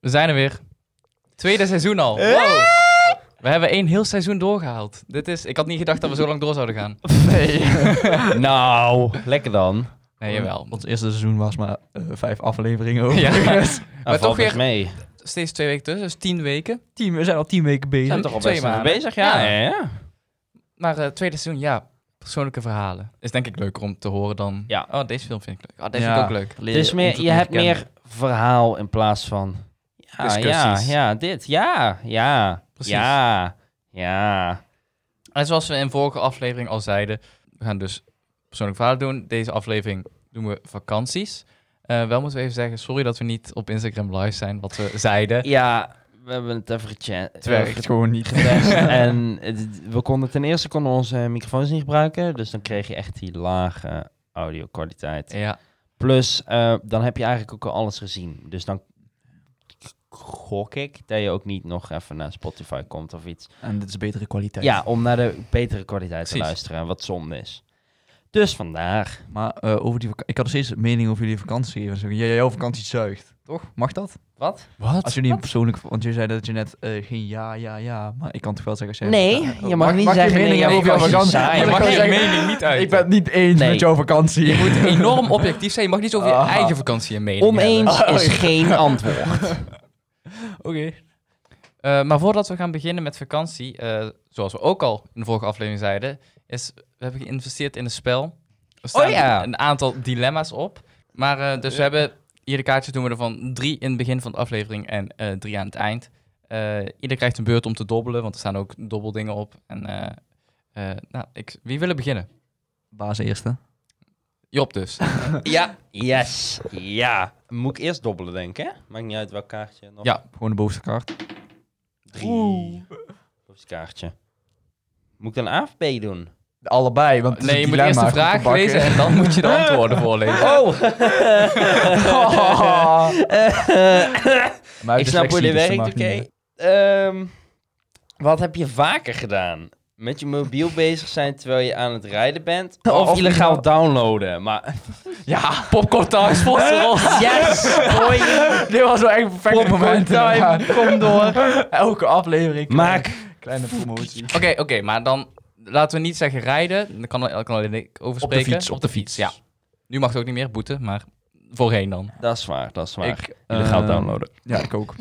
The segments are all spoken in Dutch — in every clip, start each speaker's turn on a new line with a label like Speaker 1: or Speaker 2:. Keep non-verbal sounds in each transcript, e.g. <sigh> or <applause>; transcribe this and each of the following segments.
Speaker 1: We zijn er weer. Tweede seizoen al. We hebben één heel seizoen doorgehaald. Dit is, ik had niet gedacht dat we zo lang door zouden gaan.
Speaker 2: Nee. nou, lekker dan.
Speaker 1: Nee, jawel.
Speaker 3: Ons eerste seizoen was maar eh, vijf afleveringen over.
Speaker 1: <laughs> Ja.
Speaker 2: Maar
Speaker 1: toch
Speaker 2: Nou, valt best
Speaker 1: weer-
Speaker 2: mee.
Speaker 1: Steeds twee weken tussen, dus tien weken.
Speaker 3: Tien, we zijn al tien weken bezig.
Speaker 2: We zijn toch al
Speaker 1: twee
Speaker 2: best even
Speaker 1: maanden.
Speaker 2: bezig, ja.
Speaker 1: Ja.
Speaker 2: Ja, ja.
Speaker 1: Maar eh, tweede seizoen, ja, persoonlijke verhalen. Is denk ik leuker om te horen dan...
Speaker 2: Ja. Ah,
Speaker 1: Oh, deze film vind ik leuk. Oh, deze
Speaker 3: Ja.
Speaker 1: vind ik ook leuk.
Speaker 2: Het is meer, je hebt meer verhaal in plaats van... Ja, ja,
Speaker 1: Discussies.
Speaker 2: ja, dit, ja, ja,
Speaker 1: Precies.
Speaker 2: ja, ja.
Speaker 1: En zoals we in vorige aflevering al zeiden, we gaan dus persoonlijk verhaal doen. Deze aflevering doen we vakanties. Eh, wel moeten we even zeggen, sorry dat we niet op Instagram live zijn, wat we zeiden.
Speaker 2: Ja, we hebben het even gechat.
Speaker 3: Het werkt gewoon niet.
Speaker 2: getest. <laughs> en het- we konden ten eerste konden we onze microfoons niet gebruiken, dus dan kreeg je echt die lage audio-kwaliteit.
Speaker 1: Ja,
Speaker 2: Plus, eh, dan heb je eigenlijk ook al alles gezien. Dus dan gok ik dat je ook niet nog even naar Spotify komt of iets.
Speaker 3: <laughs> En dit is betere kwaliteit.
Speaker 2: Ja, om naar de betere kwaliteit
Speaker 1: Precies.
Speaker 2: te luisteren, wat zonde is. Dus vandaar.
Speaker 3: Maar eh, over die vaka- ik had nog steeds mening over jullie vakantie. Jij, jouw vakantie zuigt. Toch? Mag dat?
Speaker 2: Wat?
Speaker 1: wat?
Speaker 3: Als jullie een persoonlijk... Want je zei dat je net eh, geen ja, ja, ja. Maar ik kan toch wel zeggen... als jij-
Speaker 2: Nee,
Speaker 3: Ja, oh,
Speaker 2: je mag niet
Speaker 3: je
Speaker 2: zeggen
Speaker 3: mening
Speaker 2: nee, ja,
Speaker 3: hebben over jouw
Speaker 2: ik was
Speaker 3: vakantie.
Speaker 2: saai.
Speaker 1: Je
Speaker 3: dan
Speaker 1: mag
Speaker 3: kan
Speaker 1: je
Speaker 3: zeggen,
Speaker 1: mening niet uit.
Speaker 3: Ik ben het niet eens
Speaker 2: Nee.
Speaker 3: met jouw vakantie.
Speaker 1: Je moet enorm objectief zijn. Je mag niet over je
Speaker 3: Ah.
Speaker 1: eigen vakantie een mening hebben. Ah,
Speaker 2: Oneens is geen <laughs> antwoord.
Speaker 3: Oké.
Speaker 1: Eh, maar voordat we gaan beginnen met vakantie, eh, zoals we ook al in de vorige aflevering zeiden, is we hebben geïnvesteerd in een spel. Er staan
Speaker 2: Oh ja.
Speaker 1: een aantal dilemma's op. Maar eh, dus we hebben ieder kaartje doen we er van drie in het begin van de aflevering en eh, drie aan het eind. Eh, ieder krijgt een beurt om te dobbelen, want er staan ook dobbeldingen op. En eh, eh, nou, ik, wie willen beginnen?
Speaker 3: Baas eerste.
Speaker 1: Job <laughs> dus.
Speaker 2: Ja. Yes. Ja. Moet ik eerst dobbelen, denk ik, hè? Maakt niet uit welk kaartje. Nog.
Speaker 1: Ja.
Speaker 3: Gewoon de bovenste kaart.
Speaker 2: Drie. Bovenste kaartje. Moet ik dan A of B doen?
Speaker 3: Allebei, want
Speaker 1: nee, je moet eerst de vraag lezen en dan moet je <laughs> de antwoorden voorlezen.
Speaker 2: <laughs> Oh!
Speaker 3: <laughs>
Speaker 2: Eh,
Speaker 3: Maar
Speaker 2: ik
Speaker 3: dus
Speaker 2: snap hoe dit werkt, oké. Ehm, wat heb je vaker gedaan? Met je mobiel bezig zijn terwijl je aan het rijden bent? <laughs> Of,
Speaker 3: of
Speaker 2: illegaal downloaden? Maar... <laughs>
Speaker 1: Ja, popcorn Talk sponsor ons.
Speaker 2: Yes, boy!
Speaker 3: Dit was wel echt een perfect moment. inderdaad.
Speaker 2: kom door.
Speaker 3: Elke aflevering. eh,
Speaker 2: Maak
Speaker 3: Kleine promotie.
Speaker 1: Oké, oké, maar dan laten we niet zeggen rijden. Dan kan, kan alleen ik over
Speaker 3: Op
Speaker 1: spreken.
Speaker 3: de fiets, op de fiets.
Speaker 1: Ja. Nu mag het ook niet meer boeten, maar voorheen dan.
Speaker 2: Dat is waar, dat is waar.
Speaker 3: Ik,
Speaker 2: Illegaal
Speaker 3: eh,
Speaker 2: downloaden.
Speaker 3: Ja, ik ook.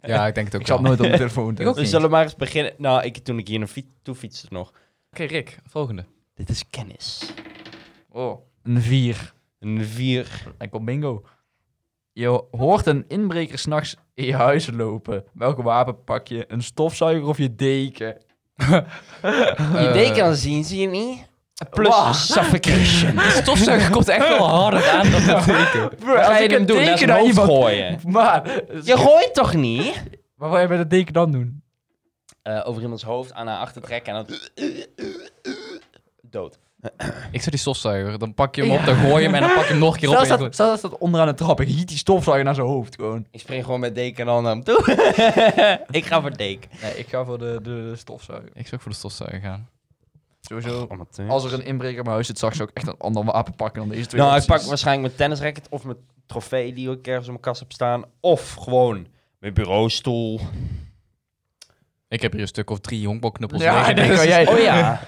Speaker 1: Ja, ik denk het ook
Speaker 3: Ik zat
Speaker 1: wel.
Speaker 3: nooit op <laughs> mijn telefoon. dus.
Speaker 1: Ik ook
Speaker 2: We
Speaker 1: niet.
Speaker 2: zullen maar eens beginnen. Nou, ik, toen ik hier naar fiets, toe fietste nog.
Speaker 1: Oké, Rick, volgende.
Speaker 2: Dit is kennis.
Speaker 1: Oh.
Speaker 3: Een vier.
Speaker 2: Een vier.
Speaker 3: En kom bingo. Je hoort een inbreker s'nachts in je huis lopen. Welke wapen pak je? Een stofzuiger of je deken?
Speaker 2: Oh, je deken al zien, zie je niet? eh, Plus
Speaker 3: Wow.
Speaker 2: <laughs> suffocation.
Speaker 1: Stofzuiger komt echt wel harder aan dan dat deken.
Speaker 2: Wat
Speaker 3: als
Speaker 2: ga je
Speaker 3: ik
Speaker 2: dan
Speaker 3: een
Speaker 2: doen?
Speaker 3: deken
Speaker 2: Dat is
Speaker 3: naar
Speaker 2: hoofd
Speaker 3: iemand-
Speaker 2: gooien.
Speaker 3: <laughs> Maar,
Speaker 2: Je gooit toch niet?
Speaker 3: maar wat wil je met dat deken dan doen?
Speaker 2: eh, over iemands hoofd aan haar achter trekken en dan... Dood.
Speaker 1: Ik zou die stofzuiger, dan pak je hem op, dan gooi je hem en dan pak je hem nog een keer op.
Speaker 3: Stel
Speaker 1: en
Speaker 3: dat,
Speaker 1: je gooit-
Speaker 3: stel dat staat onderaan de trap. Ik giet die stofzuiger naar zijn hoofd gewoon.
Speaker 2: Ik spring gewoon met deken al naar hem toe. <laughs> ik ga voor deken.
Speaker 3: Nee, ik ga voor de, de stofzuiger.
Speaker 1: Ik zou ook voor de stofzuiger gaan.
Speaker 3: Sowieso.
Speaker 2: Als
Speaker 3: Als er een inbreker in mijn huis zit, zag ze ook echt een ander wapen pakken dan deze twee.
Speaker 2: nou, ik
Speaker 3: opties.
Speaker 2: pak waarschijnlijk mijn tennisracket of mijn trofee die ik ergens op mijn kast heb staan. Of gewoon mijn bureaustoel.
Speaker 1: Ik heb hier een stuk of drie honkbalknuppels.
Speaker 3: Ja,
Speaker 1: liggen.
Speaker 3: ik denk wel jij.
Speaker 2: Oh ja.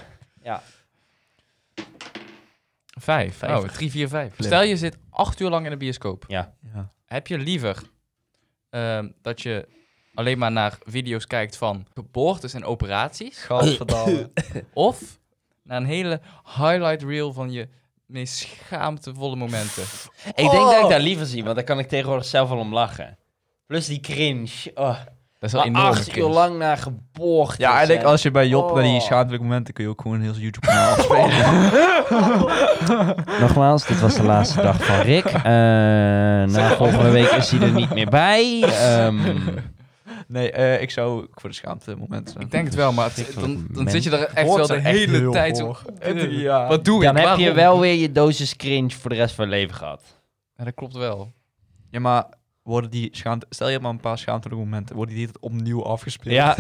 Speaker 1: Vijf.
Speaker 3: Vijf.
Speaker 1: Oh, drie, vier, vijf.
Speaker 3: Flip.
Speaker 1: Stel je zit acht uur lang in de bioscoop.
Speaker 3: Ja.
Speaker 1: Heb je liever ehm, dat je alleen maar naar video's kijkt van geboortes en operaties?
Speaker 3: <laughs> Gadverdamme.
Speaker 1: Of naar een hele highlight reel van je meest schaamtevolle momenten?
Speaker 2: <laughs> Ik denk dat ik daar liever zie, want daar kan ik tegenwoordig zelf wel om lachen. Plus die cringe. Oh,
Speaker 1: Dat is wel
Speaker 2: waar
Speaker 1: enorm.
Speaker 2: acht uur lang naar geboord
Speaker 3: Ja, eigenlijk als je bij Job naar die
Speaker 2: Oh.
Speaker 3: schaamtelijke momenten kun je ook gewoon een heel YouTube <laughs> kanaal afspelen.
Speaker 2: Nogmaals, dit was de laatste dag van Rick. Eh, na volgende week is hij er niet meer bij. Ehm,
Speaker 3: Nee, eh, ik zou ook voor de schaamte momenten.
Speaker 1: Ik denk het wel, maar het- dan, dan zit je daar echt
Speaker 3: Hoort
Speaker 1: wel de
Speaker 3: er echt
Speaker 1: hele
Speaker 3: heel
Speaker 1: tijd zo...
Speaker 3: hoog. Ja.
Speaker 1: Wat doe ik?
Speaker 2: dan heb je
Speaker 1: Waarom?
Speaker 2: wel weer je dosis cringe voor de rest van je leven gehad.
Speaker 1: Ja, dat klopt wel.
Speaker 3: Ja, maar worden die schaamte... Stel je hebt maar een paar schaamtelijke momenten. Worden die dit opnieuw afgespeeld?
Speaker 1: ja.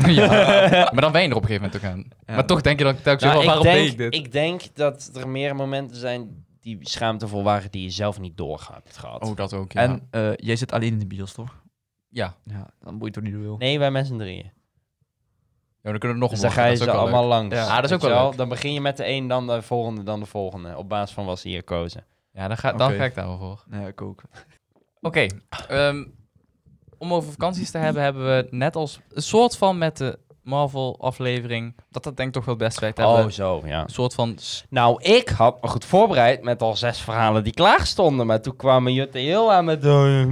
Speaker 1: Maar dan ben je er op een gegeven moment ook aan.
Speaker 3: Ja.
Speaker 1: Maar toch denk je dan telkens
Speaker 2: Nou,
Speaker 1: wel,
Speaker 2: ik,
Speaker 1: waarom
Speaker 2: denk,
Speaker 1: deed ik dit?
Speaker 2: denk dat er meer momenten zijn die schaamtevol waren die je zelf niet door hebt gehad.
Speaker 1: Oh, dat ook, ja.
Speaker 3: En eh, jij zit alleen in de bios, toch?
Speaker 1: Ja,
Speaker 3: Ja, dan boeit het toch niet veel.
Speaker 2: Nee, wij mensen drieën.
Speaker 1: Ja, maar dan kunnen we er nog
Speaker 2: Dus
Speaker 1: een
Speaker 2: dan
Speaker 1: morgen,
Speaker 2: ga je
Speaker 1: dat is
Speaker 2: ze
Speaker 1: ook wel
Speaker 2: allemaal
Speaker 1: leuk.
Speaker 2: langs.
Speaker 1: Ja, Ah, dat is ook
Speaker 2: Weet je
Speaker 1: wel leuk.
Speaker 2: Dan begin je met de een, dan de volgende, dan de volgende. Op basis van wat ze hier kozen.
Speaker 1: Ja, dan ga, dan
Speaker 3: Oké.
Speaker 1: ga ik daar wel voor.
Speaker 3: Nee, ik ook.
Speaker 1: Oké, ehm, om over vakanties te hebben, hebben we net als een soort van met de Marvel-aflevering, dat dat denk ik toch wel het best werkt, hebben
Speaker 2: Oh,
Speaker 1: we
Speaker 2: zo, ja.
Speaker 1: een soort van... s-
Speaker 2: Nou, ik had me goed voorbereid met al zes verhalen die klaar stonden. Maar toen kwamen Jutte heel aan met...
Speaker 3: Ja,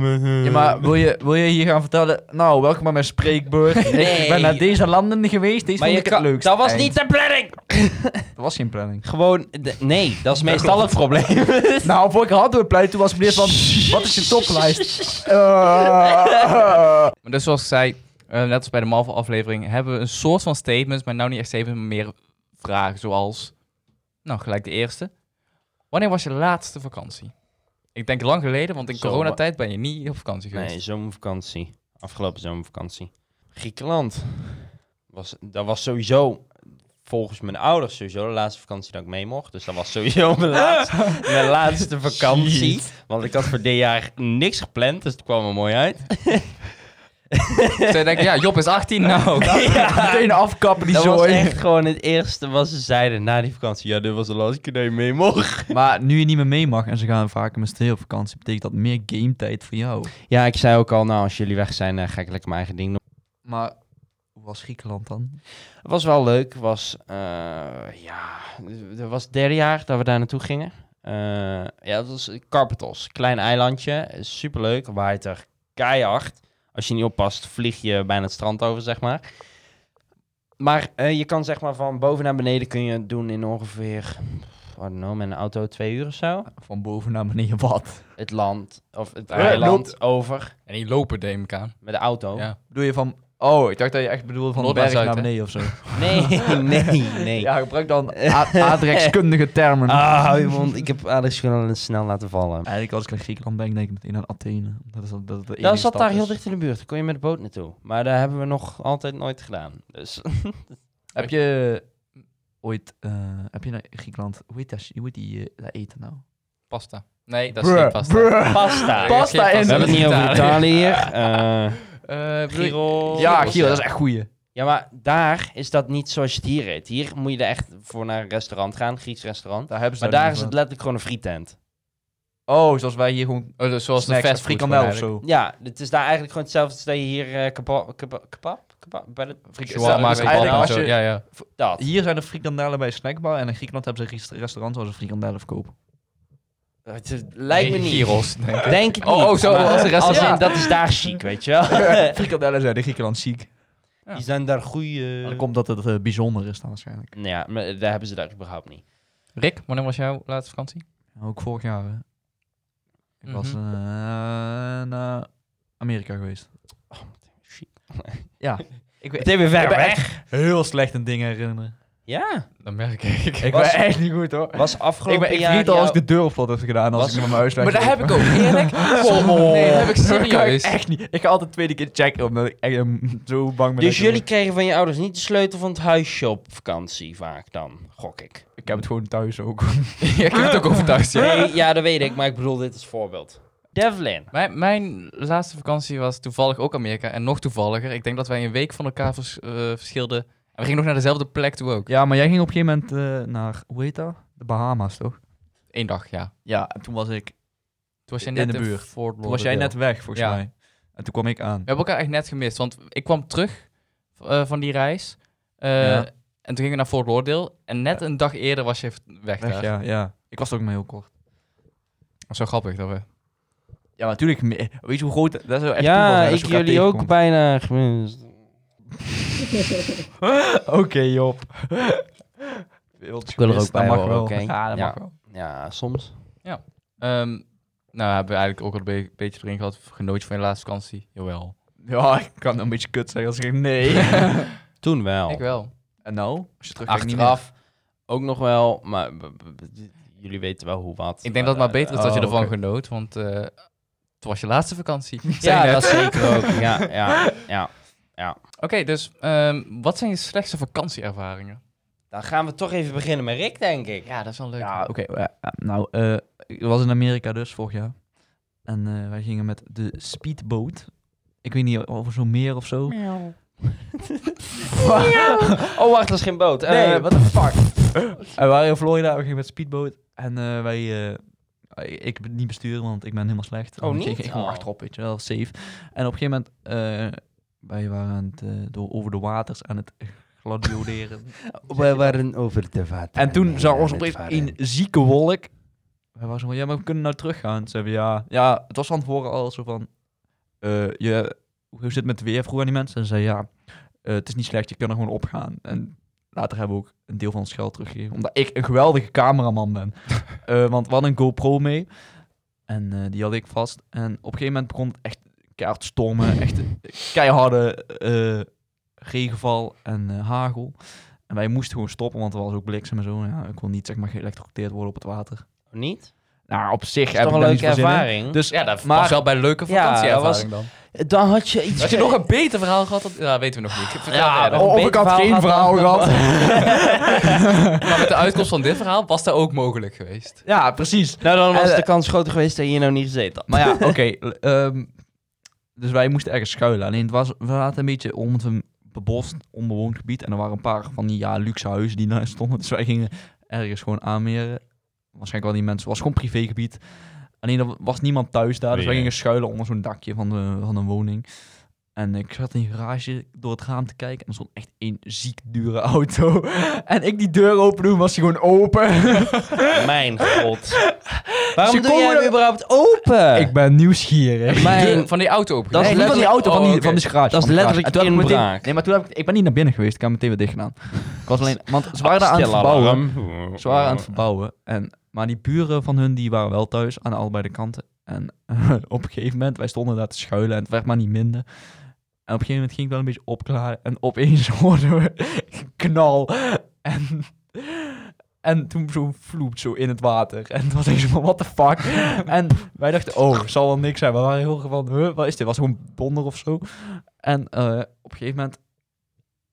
Speaker 3: maar wil je, wil je hier gaan vertellen... Nou, welkom bij mijn <laughs> spreekbeurt.
Speaker 2: Nee.
Speaker 3: Ik ben naar deze landen geweest. Deze
Speaker 2: Maar
Speaker 3: vond
Speaker 2: je
Speaker 3: ik het
Speaker 2: kan-
Speaker 3: leukst.
Speaker 2: dat was
Speaker 3: Eind.
Speaker 2: niet de planning!
Speaker 3: Dat was geen planning.
Speaker 2: Gewoon, de- nee, dat is meestal het probleem.
Speaker 3: <laughs> Nou, voor ik had door pleit, toen was meneer van... Wat is je toplijst?
Speaker 1: Maar dus zoals ik zei, eh, net als bij de Marvel-aflevering, hebben we een soort van statements, maar nou niet echt statements, maar meer vragen, zoals... Nou, gelijk de eerste. Wanneer was je laatste vakantie? Ik denk lang geleden, want in
Speaker 2: Zo,
Speaker 1: coronatijd ben je niet op vakantie geweest.
Speaker 2: Nee, zomervakantie. Afgelopen zomervakantie. Griekenland. Was, dat was sowieso, volgens mijn ouders, sowieso de laatste vakantie dat ik mee mocht. Dus dat was sowieso <laughs> mijn, laatste, mijn <laughs> laatste vakantie. Want ik had voor dit jaar niks gepland, dus het kwam er mooi uit.
Speaker 1: Zij denken, ja, Job is 18
Speaker 2: <laughs>
Speaker 1: nou.
Speaker 3: <laughs> Meteen afkappen, die
Speaker 2: dat was
Speaker 3: zooi.
Speaker 2: echt gewoon het eerste wat ze zeiden na die vakantie. Ja, dit was de laatste keer dat je mee mocht.
Speaker 3: Maar nu je niet meer mee mag en ze gaan vaker met z'n tweeën op vakantie, betekent dat meer gametijd voor jou.
Speaker 2: Ja, ik zei ook al, nou, als jullie weg zijn, eh, ga ik lekker mijn eigen ding doen.
Speaker 3: Maar hoe was Griekenland dan?
Speaker 2: Het was wel leuk. Het was, eh, ja, het was het derde jaar dat we daar naartoe gingen. Eh, ja, dat was Carpathos. Klein eilandje. Superleuk. Waait er keihard. Als je niet oppast, vlieg je bijna het strand over, zeg maar. Maar eh, je kan zeg maar van boven naar beneden kun je het doen in ongeveer, I don't know, met een auto twee uur of zo.
Speaker 3: Van boven naar beneden wat?
Speaker 2: Het land, of het
Speaker 1: Eh,
Speaker 2: eiland over
Speaker 1: En die lopen DMK. aan.
Speaker 2: met de auto.
Speaker 1: Ja.
Speaker 3: Bedoel je van... Oh, ik dacht dat je echt bedoelde van
Speaker 1: Noord naar
Speaker 3: berg naar,
Speaker 1: zuid, hè?
Speaker 3: beneden of <laughs> zo.
Speaker 2: Nee, nee, nee.
Speaker 3: Ja,
Speaker 2: <laughs>
Speaker 3: gebruik dan a- aardrijkskundige termen.
Speaker 2: Ah, hou je mond. Ik heb Alex gewoon snel laten vallen.
Speaker 3: Eigenlijk als ik naar Griekenland ben, denk ik meteen aan Athene. Dat is, dat, dat, de
Speaker 2: Dat
Speaker 3: enige
Speaker 2: zat
Speaker 3: stad
Speaker 2: daar
Speaker 3: is.
Speaker 2: heel dicht in de buurt. Daar kon je met de boot naartoe. Maar dat hebben we nog altijd nooit gedaan. Dus <laughs>
Speaker 3: Heb je ooit... eh, heb je naar Griekenland... Hoe heet dat, hoe heet die, eh, dat eten nou?
Speaker 1: Pasta. Nee, dat is geen pasta.
Speaker 2: pasta.
Speaker 1: Pa-
Speaker 2: we
Speaker 3: Pasta
Speaker 1: geen
Speaker 3: en...
Speaker 1: pasta.
Speaker 2: hebben het niet over
Speaker 1: Italië.
Speaker 2: Italië hier. Eh,
Speaker 1: Eh, bedoel je-
Speaker 2: Giro.
Speaker 3: Ja,
Speaker 2: Gyros,
Speaker 3: Giel, dat is echt goeie.
Speaker 2: ja, maar daar is dat niet zoals je het hier eet. Hier moet je er echt voor naar een restaurant gaan, een Grieks restaurant.
Speaker 3: Daar hebben ze
Speaker 2: Maar daar is het letterlijk gewoon een frietent.
Speaker 3: Oh, zoals wij hier gewoon...
Speaker 1: Oh, dus zoals
Speaker 3: snacks
Speaker 1: de
Speaker 3: met
Speaker 1: fast food
Speaker 3: frikandel
Speaker 1: gewoon
Speaker 3: of zo.
Speaker 2: Ja, het is daar eigenlijk gewoon hetzelfde als dat je hier eh, kebab... Kebab? Kebab? kebab bij de,
Speaker 1: eigenlijk.
Speaker 3: Shawarma,
Speaker 1: Shawarma,
Speaker 3: Dus
Speaker 1: kebab
Speaker 3: eigenlijk
Speaker 1: en
Speaker 3: als
Speaker 1: zo.
Speaker 3: je-
Speaker 1: Ja, ja.
Speaker 2: dat.
Speaker 3: Hier zijn de frikandellen bij een snackbar en in Griekenland hebben ze een gest- restaurant waar ze frikandellen <laughs> verkopen.
Speaker 2: Het lijkt me niet.
Speaker 1: Gyros, denk ik.
Speaker 2: Denk ik niet.
Speaker 1: Oh, oh, zo,
Speaker 2: maar
Speaker 1: als een
Speaker 2: als
Speaker 1: restaurant.
Speaker 2: in, dat is daar chic, weet je
Speaker 1: <laughs>
Speaker 2: wel.
Speaker 3: <laughs> frikandellen zijn in Griekenland ziek.
Speaker 1: Ja.
Speaker 2: Die zijn daar
Speaker 3: Maar
Speaker 2: goeie...
Speaker 3: dat komt dat het eh, bijzonder is dan waarschijnlijk.
Speaker 2: Nou Ja, maar daar hebben ze daar überhaupt niet.
Speaker 1: Rick, wanneer was jouw laatste vakantie?
Speaker 3: Ook vorig jaar, hè. Ik was
Speaker 1: Mhm.
Speaker 3: eh, naar Amerika geweest. Ja. Ik weet
Speaker 2: Het is weer ver
Speaker 3: Ik ben
Speaker 2: weg.
Speaker 3: heel slecht in dingen herinneren.
Speaker 2: Ja.
Speaker 1: Dan merk ik.
Speaker 3: Ik
Speaker 2: Was-
Speaker 3: was echt niet goed, hoor.
Speaker 2: Was
Speaker 3: Ik,
Speaker 2: afgelopen
Speaker 3: ben, ik
Speaker 2: jaar...
Speaker 3: vergeet al als ik
Speaker 2: jouw-
Speaker 3: de deur op slot heb gedaan als
Speaker 2: Was-
Speaker 3: ik naar mijn huis
Speaker 1: <laughs>
Speaker 3: ben
Speaker 1: Maar dat heb
Speaker 3: gelopen. <laughs>
Speaker 1: ik ook eerlijk.
Speaker 3: Kom op.
Speaker 1: Nee, dat heb ik
Speaker 3: <laughs> Dat kan ik
Speaker 1: serieus.
Speaker 3: echt niet. Ik ga altijd de tweede keer checken omdat ik echt, mm, zo bang ben. dat
Speaker 2: Dus
Speaker 3: ik-
Speaker 2: jullie kregen van je ouders niet de sleutel van het huisje op vakantie vaak dan, gok ik.
Speaker 3: Ik heb het gewoon thuis ook.
Speaker 1: <laughs>
Speaker 3: <laughs>
Speaker 1: Ja, ik heb het ook over thuis, ja.
Speaker 2: Nee, ja, dat weet ik, maar ik bedoel dit als voorbeeld. Devlin.
Speaker 1: Mijn, mijn laatste vakantie was toevallig ook Amerika. En nog toevalliger. Ik denk dat wij een week van elkaar vers- eh, verschilden. En we gingen nog naar dezelfde plek toe ook.
Speaker 3: Ja, maar jij ging op een gegeven moment eh, naar, hoe heet dat? De Bahama's, toch?
Speaker 1: Eén dag, ja.
Speaker 3: Ja, en toen was ik...
Speaker 1: Toen was jij
Speaker 3: In
Speaker 1: net
Speaker 3: de
Speaker 1: in
Speaker 3: buurt.
Speaker 1: Fort
Speaker 3: Toen was jij net
Speaker 1: Lauderdale.
Speaker 3: weg, volgens
Speaker 1: Ja.
Speaker 3: mij. En toen kwam ik aan.
Speaker 1: We hebben elkaar echt net gemist. Want ik kwam terug eh, van die reis. eh,
Speaker 3: Ja.
Speaker 1: En toen gingen we naar Fort Lauderdale. En net een dag eerder was je weg
Speaker 3: Weg,
Speaker 1: daar.
Speaker 3: ja, ja. Ik was er ook maar heel kort.
Speaker 1: Zo grappig dat we...
Speaker 3: Ja, maar natuurlijk. me- Weet je hoe groot... Dat is wel echt toeval
Speaker 2: Ja,
Speaker 3: zijn als
Speaker 2: ik
Speaker 3: je dus elkaar
Speaker 2: jullie ook
Speaker 3: tegenkomt.
Speaker 2: bijna gemist.
Speaker 3: <laughs> Oké, Job. ik
Speaker 2: wil er ook bij
Speaker 3: dat mag
Speaker 2: horen,
Speaker 3: wel.
Speaker 2: oké.
Speaker 3: Ja, dat
Speaker 2: Ja.
Speaker 3: mag wel.
Speaker 2: Ja, soms.
Speaker 1: Ehm, nou, hebben we eigenlijk ook al een be- beetje erin gehad. Genoot je van je laatste vakantie? Jawel.
Speaker 3: Ja, ik kan een beetje kut zeggen als ik zeg <laughs> nee.
Speaker 2: Toen wel.
Speaker 1: Ik wel.
Speaker 3: en nou? Als je terug
Speaker 2: Achteraf ook nog wel, maar b- b- b- jullie weten wel hoe wat.
Speaker 1: Ik denk dat het maar beter is dat je
Speaker 3: oh,
Speaker 1: ervan
Speaker 3: oké.
Speaker 1: genoot, want eh, het was je laatste vakantie. zei je
Speaker 2: Ja,
Speaker 1: net.
Speaker 2: dat zeker ook. Ja, ja, ja.
Speaker 1: Oké, dus ehm, wat zijn je slechtste vakantieervaringen?
Speaker 2: Dan gaan we toch even beginnen met Rick, denk ik.
Speaker 1: Ja, dat is wel leuk.
Speaker 2: Ja,
Speaker 3: Oké, eh, nou, eh, ik was in Amerika dus vorig jaar. En eh, wij gingen met de speedboot Ik weet niet, over zo'n meer of zo.
Speaker 2: Oh, wacht, dat is geen boot. Eh,
Speaker 3: Nee, what the fuck. en we waren in Florida, we gingen met speedboot. En eh, wij... eh, ik ben niet besturen, want ik ben helemaal slecht.
Speaker 2: Oh,
Speaker 3: Dus Ik,
Speaker 2: niet?
Speaker 3: ik kom
Speaker 2: Oh.
Speaker 3: achterop, weet je wel, safe. En op een gegeven moment... eh, wij waren aan het, eh, door, over de waters aan het gladioleren.
Speaker 4: We waren over de water.
Speaker 3: en
Speaker 2: eh,
Speaker 3: toen zag
Speaker 4: aan
Speaker 3: ons
Speaker 4: het
Speaker 3: op een gegeven
Speaker 4: varen.
Speaker 3: moment een zieke wolk. Wij waren zo van, ja, maar we kunnen nou teruggaan. Ze hebben, ja... Ja, het was van tevoren al zo van... eh, je, hoe zit het met het weer? Vroeg aan die mensen. En ze zeiden, ja, eh, het is niet slecht, je kan er gewoon opgaan. En later hebben we ook een deel van ons geld teruggegeven. Omdat ik een geweldige cameraman ben. Eh, want we hadden een GoPro mee. En eh, die had ik vast. En op een gegeven moment begon het echt keihard te stormen. Echt keiharde eh, regenval en eh, hagel. En wij moesten gewoon stoppen, want er was ook bliksem en zo. Ja, ik wil niet zeg maar geëlektrocuteerd worden op het water.
Speaker 2: Niet?
Speaker 3: Nou, op zich
Speaker 2: Dat is
Speaker 3: heb
Speaker 2: toch
Speaker 3: ik
Speaker 2: een
Speaker 3: daar niet
Speaker 2: leuke
Speaker 3: zoveel zin in.
Speaker 2: ervaring?
Speaker 3: Dus
Speaker 1: Ja, dat
Speaker 3: Maar-
Speaker 1: was wel bij een leuke
Speaker 2: Ja,
Speaker 1: vakantieervaring
Speaker 2: dat
Speaker 1: dan.
Speaker 2: Dan had je iets...
Speaker 1: Had je nog een beter verhaal gehad? Dat, ja, weten we nog niet. Vertel verder.
Speaker 2: oh.
Speaker 3: of ik had
Speaker 2: Verhaal
Speaker 3: geen
Speaker 2: gaat
Speaker 3: verhaal
Speaker 2: dan-
Speaker 3: gehad. <laughs>
Speaker 1: Maar met de uitkomst van dit verhaal was dat ook mogelijk geweest.
Speaker 3: Ja,
Speaker 2: <laughs>
Speaker 3: precies.
Speaker 2: Nou, dan was
Speaker 3: Eh,
Speaker 2: de kans groter geweest dat je hier nou niet gezeten had.
Speaker 3: Maar <laughs> ja, oké. l- ehm, dus wij moesten ergens schuilen. Alleen het was, we zaten een beetje om het een bebost, onbewoond gebied. En er waren een paar van die ja, luxe huizen die daar <laughs> stonden. Dus wij gingen ergens gewoon aanmeren. Waarschijnlijk wel die mensen. Het was gewoon privégebied. Alleen er was niemand thuis daar. Dus wij
Speaker 2: Jee.
Speaker 3: gingen schuilen onder zo'n dakje van, de, van een woning. En ik zat in een garage door het raam te kijken. En er stond echt één ziek dure <laughs> auto. En ik die deur open doen, was die gewoon open.
Speaker 2: Mijn god. Waarom
Speaker 3: Ze
Speaker 2: doe jij
Speaker 3: komen
Speaker 2: hem
Speaker 3: er-
Speaker 2: überhaupt open?
Speaker 3: ik ben nieuwsgierig.
Speaker 2: Mijn-
Speaker 1: De- van die auto Oh, opgericht.
Speaker 2: Dat is Oh,
Speaker 3: nee, niet van die auto, van, die, van die garage.
Speaker 2: Dat is
Speaker 3: van die garage.
Speaker 2: letterlijk
Speaker 3: En toen heb ik
Speaker 2: inbraak.
Speaker 3: meteen- nee, maar toen heb ik... Ik ben niet naar binnen geweest. Ik heb meteen weer dicht gedaan. Ik was alleen... Want
Speaker 2: Ah,
Speaker 3: ze waren daar aan het verbouwen. Ze waren aan het verbouwen. En, maar die buren van hun, die waren wel thuis. Aan allebei de kanten. En <laughs> op een gegeven moment... Wij stonden daar te schuilen. En het werd maar niet minder. En op een gegeven moment ging ik wel een beetje opklaren. En opeens <laughs> hoorden we een knal. En... En toen zo vloept zo in het water. En toen was ik zo van, what the fuck? en wij dachten, oh, zal wel niks zijn. We waren heel erg van, huh, wat is dit? Was gewoon donder of zo. En eh, op een gegeven moment,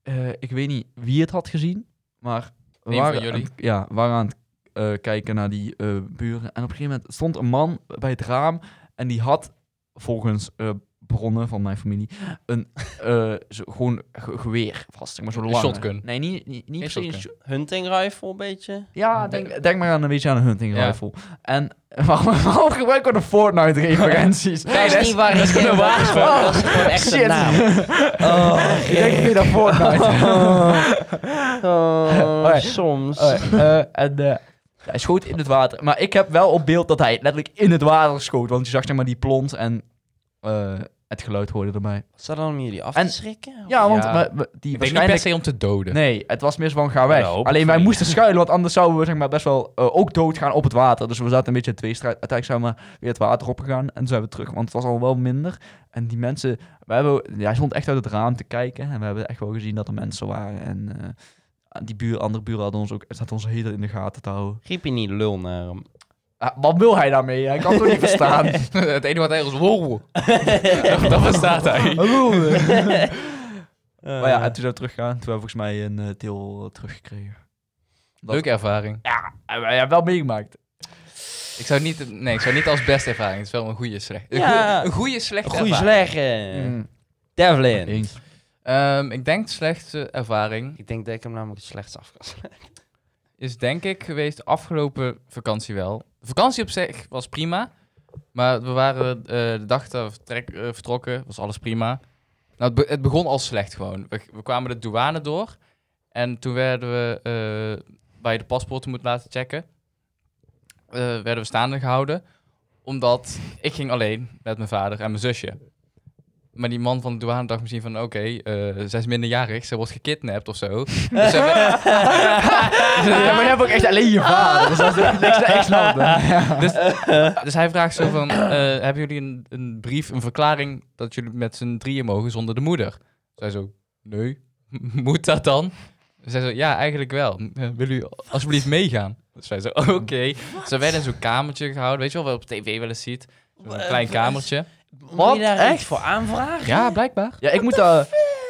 Speaker 3: eh, ik weet niet wie het had gezien, maar we
Speaker 1: Een van
Speaker 3: waren,
Speaker 1: jullie?
Speaker 3: aan, het- ja, we waren aan het eh, kijken naar die eh, buren. En op een gegeven moment stond een man bij het raam en die had volgens eh, bronnen van mijn familie een eh, zo, gewoon ge- geweer vast, zeg maar zo
Speaker 1: Een
Speaker 3: lang.
Speaker 1: shotgun.
Speaker 3: Nee, niet, niet, niet
Speaker 1: Een
Speaker 3: per se een
Speaker 1: shotgun.
Speaker 3: sho-
Speaker 2: Hunting rifle, een beetje.
Speaker 3: ja,
Speaker 1: Ja.
Speaker 3: denk, denk maar aan een beetje aan een hunting
Speaker 1: Ja.
Speaker 3: rifle. En <laughs> waarom, waarom gebruiken we de Fortnite referenties?
Speaker 2: Dat is niet waar. Dat <laughs> is
Speaker 3: gewoon
Speaker 2: geen
Speaker 3: een
Speaker 2: wapen.
Speaker 3: wapen.
Speaker 2: Dat is gewoon echt een
Speaker 3: Shit.
Speaker 2: naam.
Speaker 3: <laughs> Oh, ik denk niet aan Fortnite. Oh,
Speaker 2: Oh,
Speaker 3: Oké.
Speaker 2: soms.
Speaker 3: <laughs> Oh, eh, en eh, hij schoot in het water. Maar ik heb wel op beeld dat hij letterlijk in het water schoot. Want je zag zeg maar die plont en eh, het geluid hoorde erbij.
Speaker 2: Zat dan om jullie af
Speaker 3: En-
Speaker 2: te schrikken?
Speaker 3: Ja, want
Speaker 1: Ja.
Speaker 3: we- we- die
Speaker 1: Ik denk niet per
Speaker 3: waarschijnlijk...
Speaker 1: se om te doden.
Speaker 3: Nee, het was meer zo van ga weg.
Speaker 2: Nou, hoop ik
Speaker 3: Alleen
Speaker 2: voor
Speaker 3: wij
Speaker 2: niet.
Speaker 3: moesten schuilen, want anders zouden we zeg maar, best wel eh, ook doodgaan op het water. Dus we zaten een beetje in twee strijd. Uiteindelijk zijn we weer het water opgegaan en zijn we terug, want het was al wel minder. En die mensen, wij hebben, ja, hij stond echt uit het raam te kijken en we hebben echt wel gezien dat er mensen waren. En eh, die buur, andere buren hadden ons ook, zaten ons heel in de gaten te houden.
Speaker 2: Griep je niet lul
Speaker 1: <laughs>
Speaker 2: naar hem.
Speaker 3: Ah, wat wil hij daarmee? Hij kan het toch <laughs> niet verstaan?
Speaker 1: het enige wat hij was,
Speaker 3: <laughs>
Speaker 1: wow. dat, dat bestaat hij.
Speaker 2: Oh.
Speaker 1: <laughs>
Speaker 2: <laughs>
Speaker 3: maar
Speaker 2: Eh,
Speaker 3: ja, en toen zijn we teruggegaan. Toen hebben we volgens mij een eh, deel eh, teruggekregen. Dat-
Speaker 1: Leuke ervaring.
Speaker 3: En wij hebben wel meegemaakt.
Speaker 1: Ik zou niet, nee, ik zou niet als beste ervaring. Het is wel een goede slechte. Een
Speaker 2: Ja.
Speaker 1: goeie- Een goede slechte
Speaker 2: een goede
Speaker 1: ervaring. Mm.
Speaker 2: slechte.
Speaker 3: Mm.
Speaker 2: Devlin.
Speaker 3: Eens.
Speaker 1: Ehm, ik denk slechte ervaring
Speaker 2: Ik denk dat ik hem namelijk het slechtst af kan slaan.
Speaker 1: is denk ik geweest afgelopen vakantie wel. De vakantie op zich was prima. Maar we waren eh, de dag dat we vertrek- eh, vertrokken, was alles prima. Nou, het, be- het begon al slecht gewoon. We, we kwamen de douane door. En toen werden we, eh waar je de paspoorten moet laten checken, eh, werden we staande gehouden. Omdat ik ging alleen met mijn vader en mijn zusje. Maar die man van de douane dacht misschien van, oké, eh, zij is minderjarig, ze wordt gekidnapt of zo. Dus we hebben-
Speaker 3: Ja, maar je hebt ook echt alleen je vader. Dus dat is niks te
Speaker 1: dus, dus hij vraagt zo van, eh, hebben jullie een, een brief, een verklaring dat jullie met z'n drieën mogen zonder de moeder? Zij zo, nee, <laughs> moet dat dan? Zij zo, ja, eigenlijk wel. Eh, Wil u alsjeblieft meegaan? Dus wij zo, <laughs> oké. Ze werden in zo'n kamertje gehouden, weet je wel, wat je op tv wel eens ziet. Zo'n
Speaker 2: Wat?
Speaker 1: klein kamertje.
Speaker 2: Moet je daar
Speaker 3: Echt?
Speaker 2: iets voor aanvragen?
Speaker 1: Ja, blijkbaar.
Speaker 3: Ja, ik moet... eh,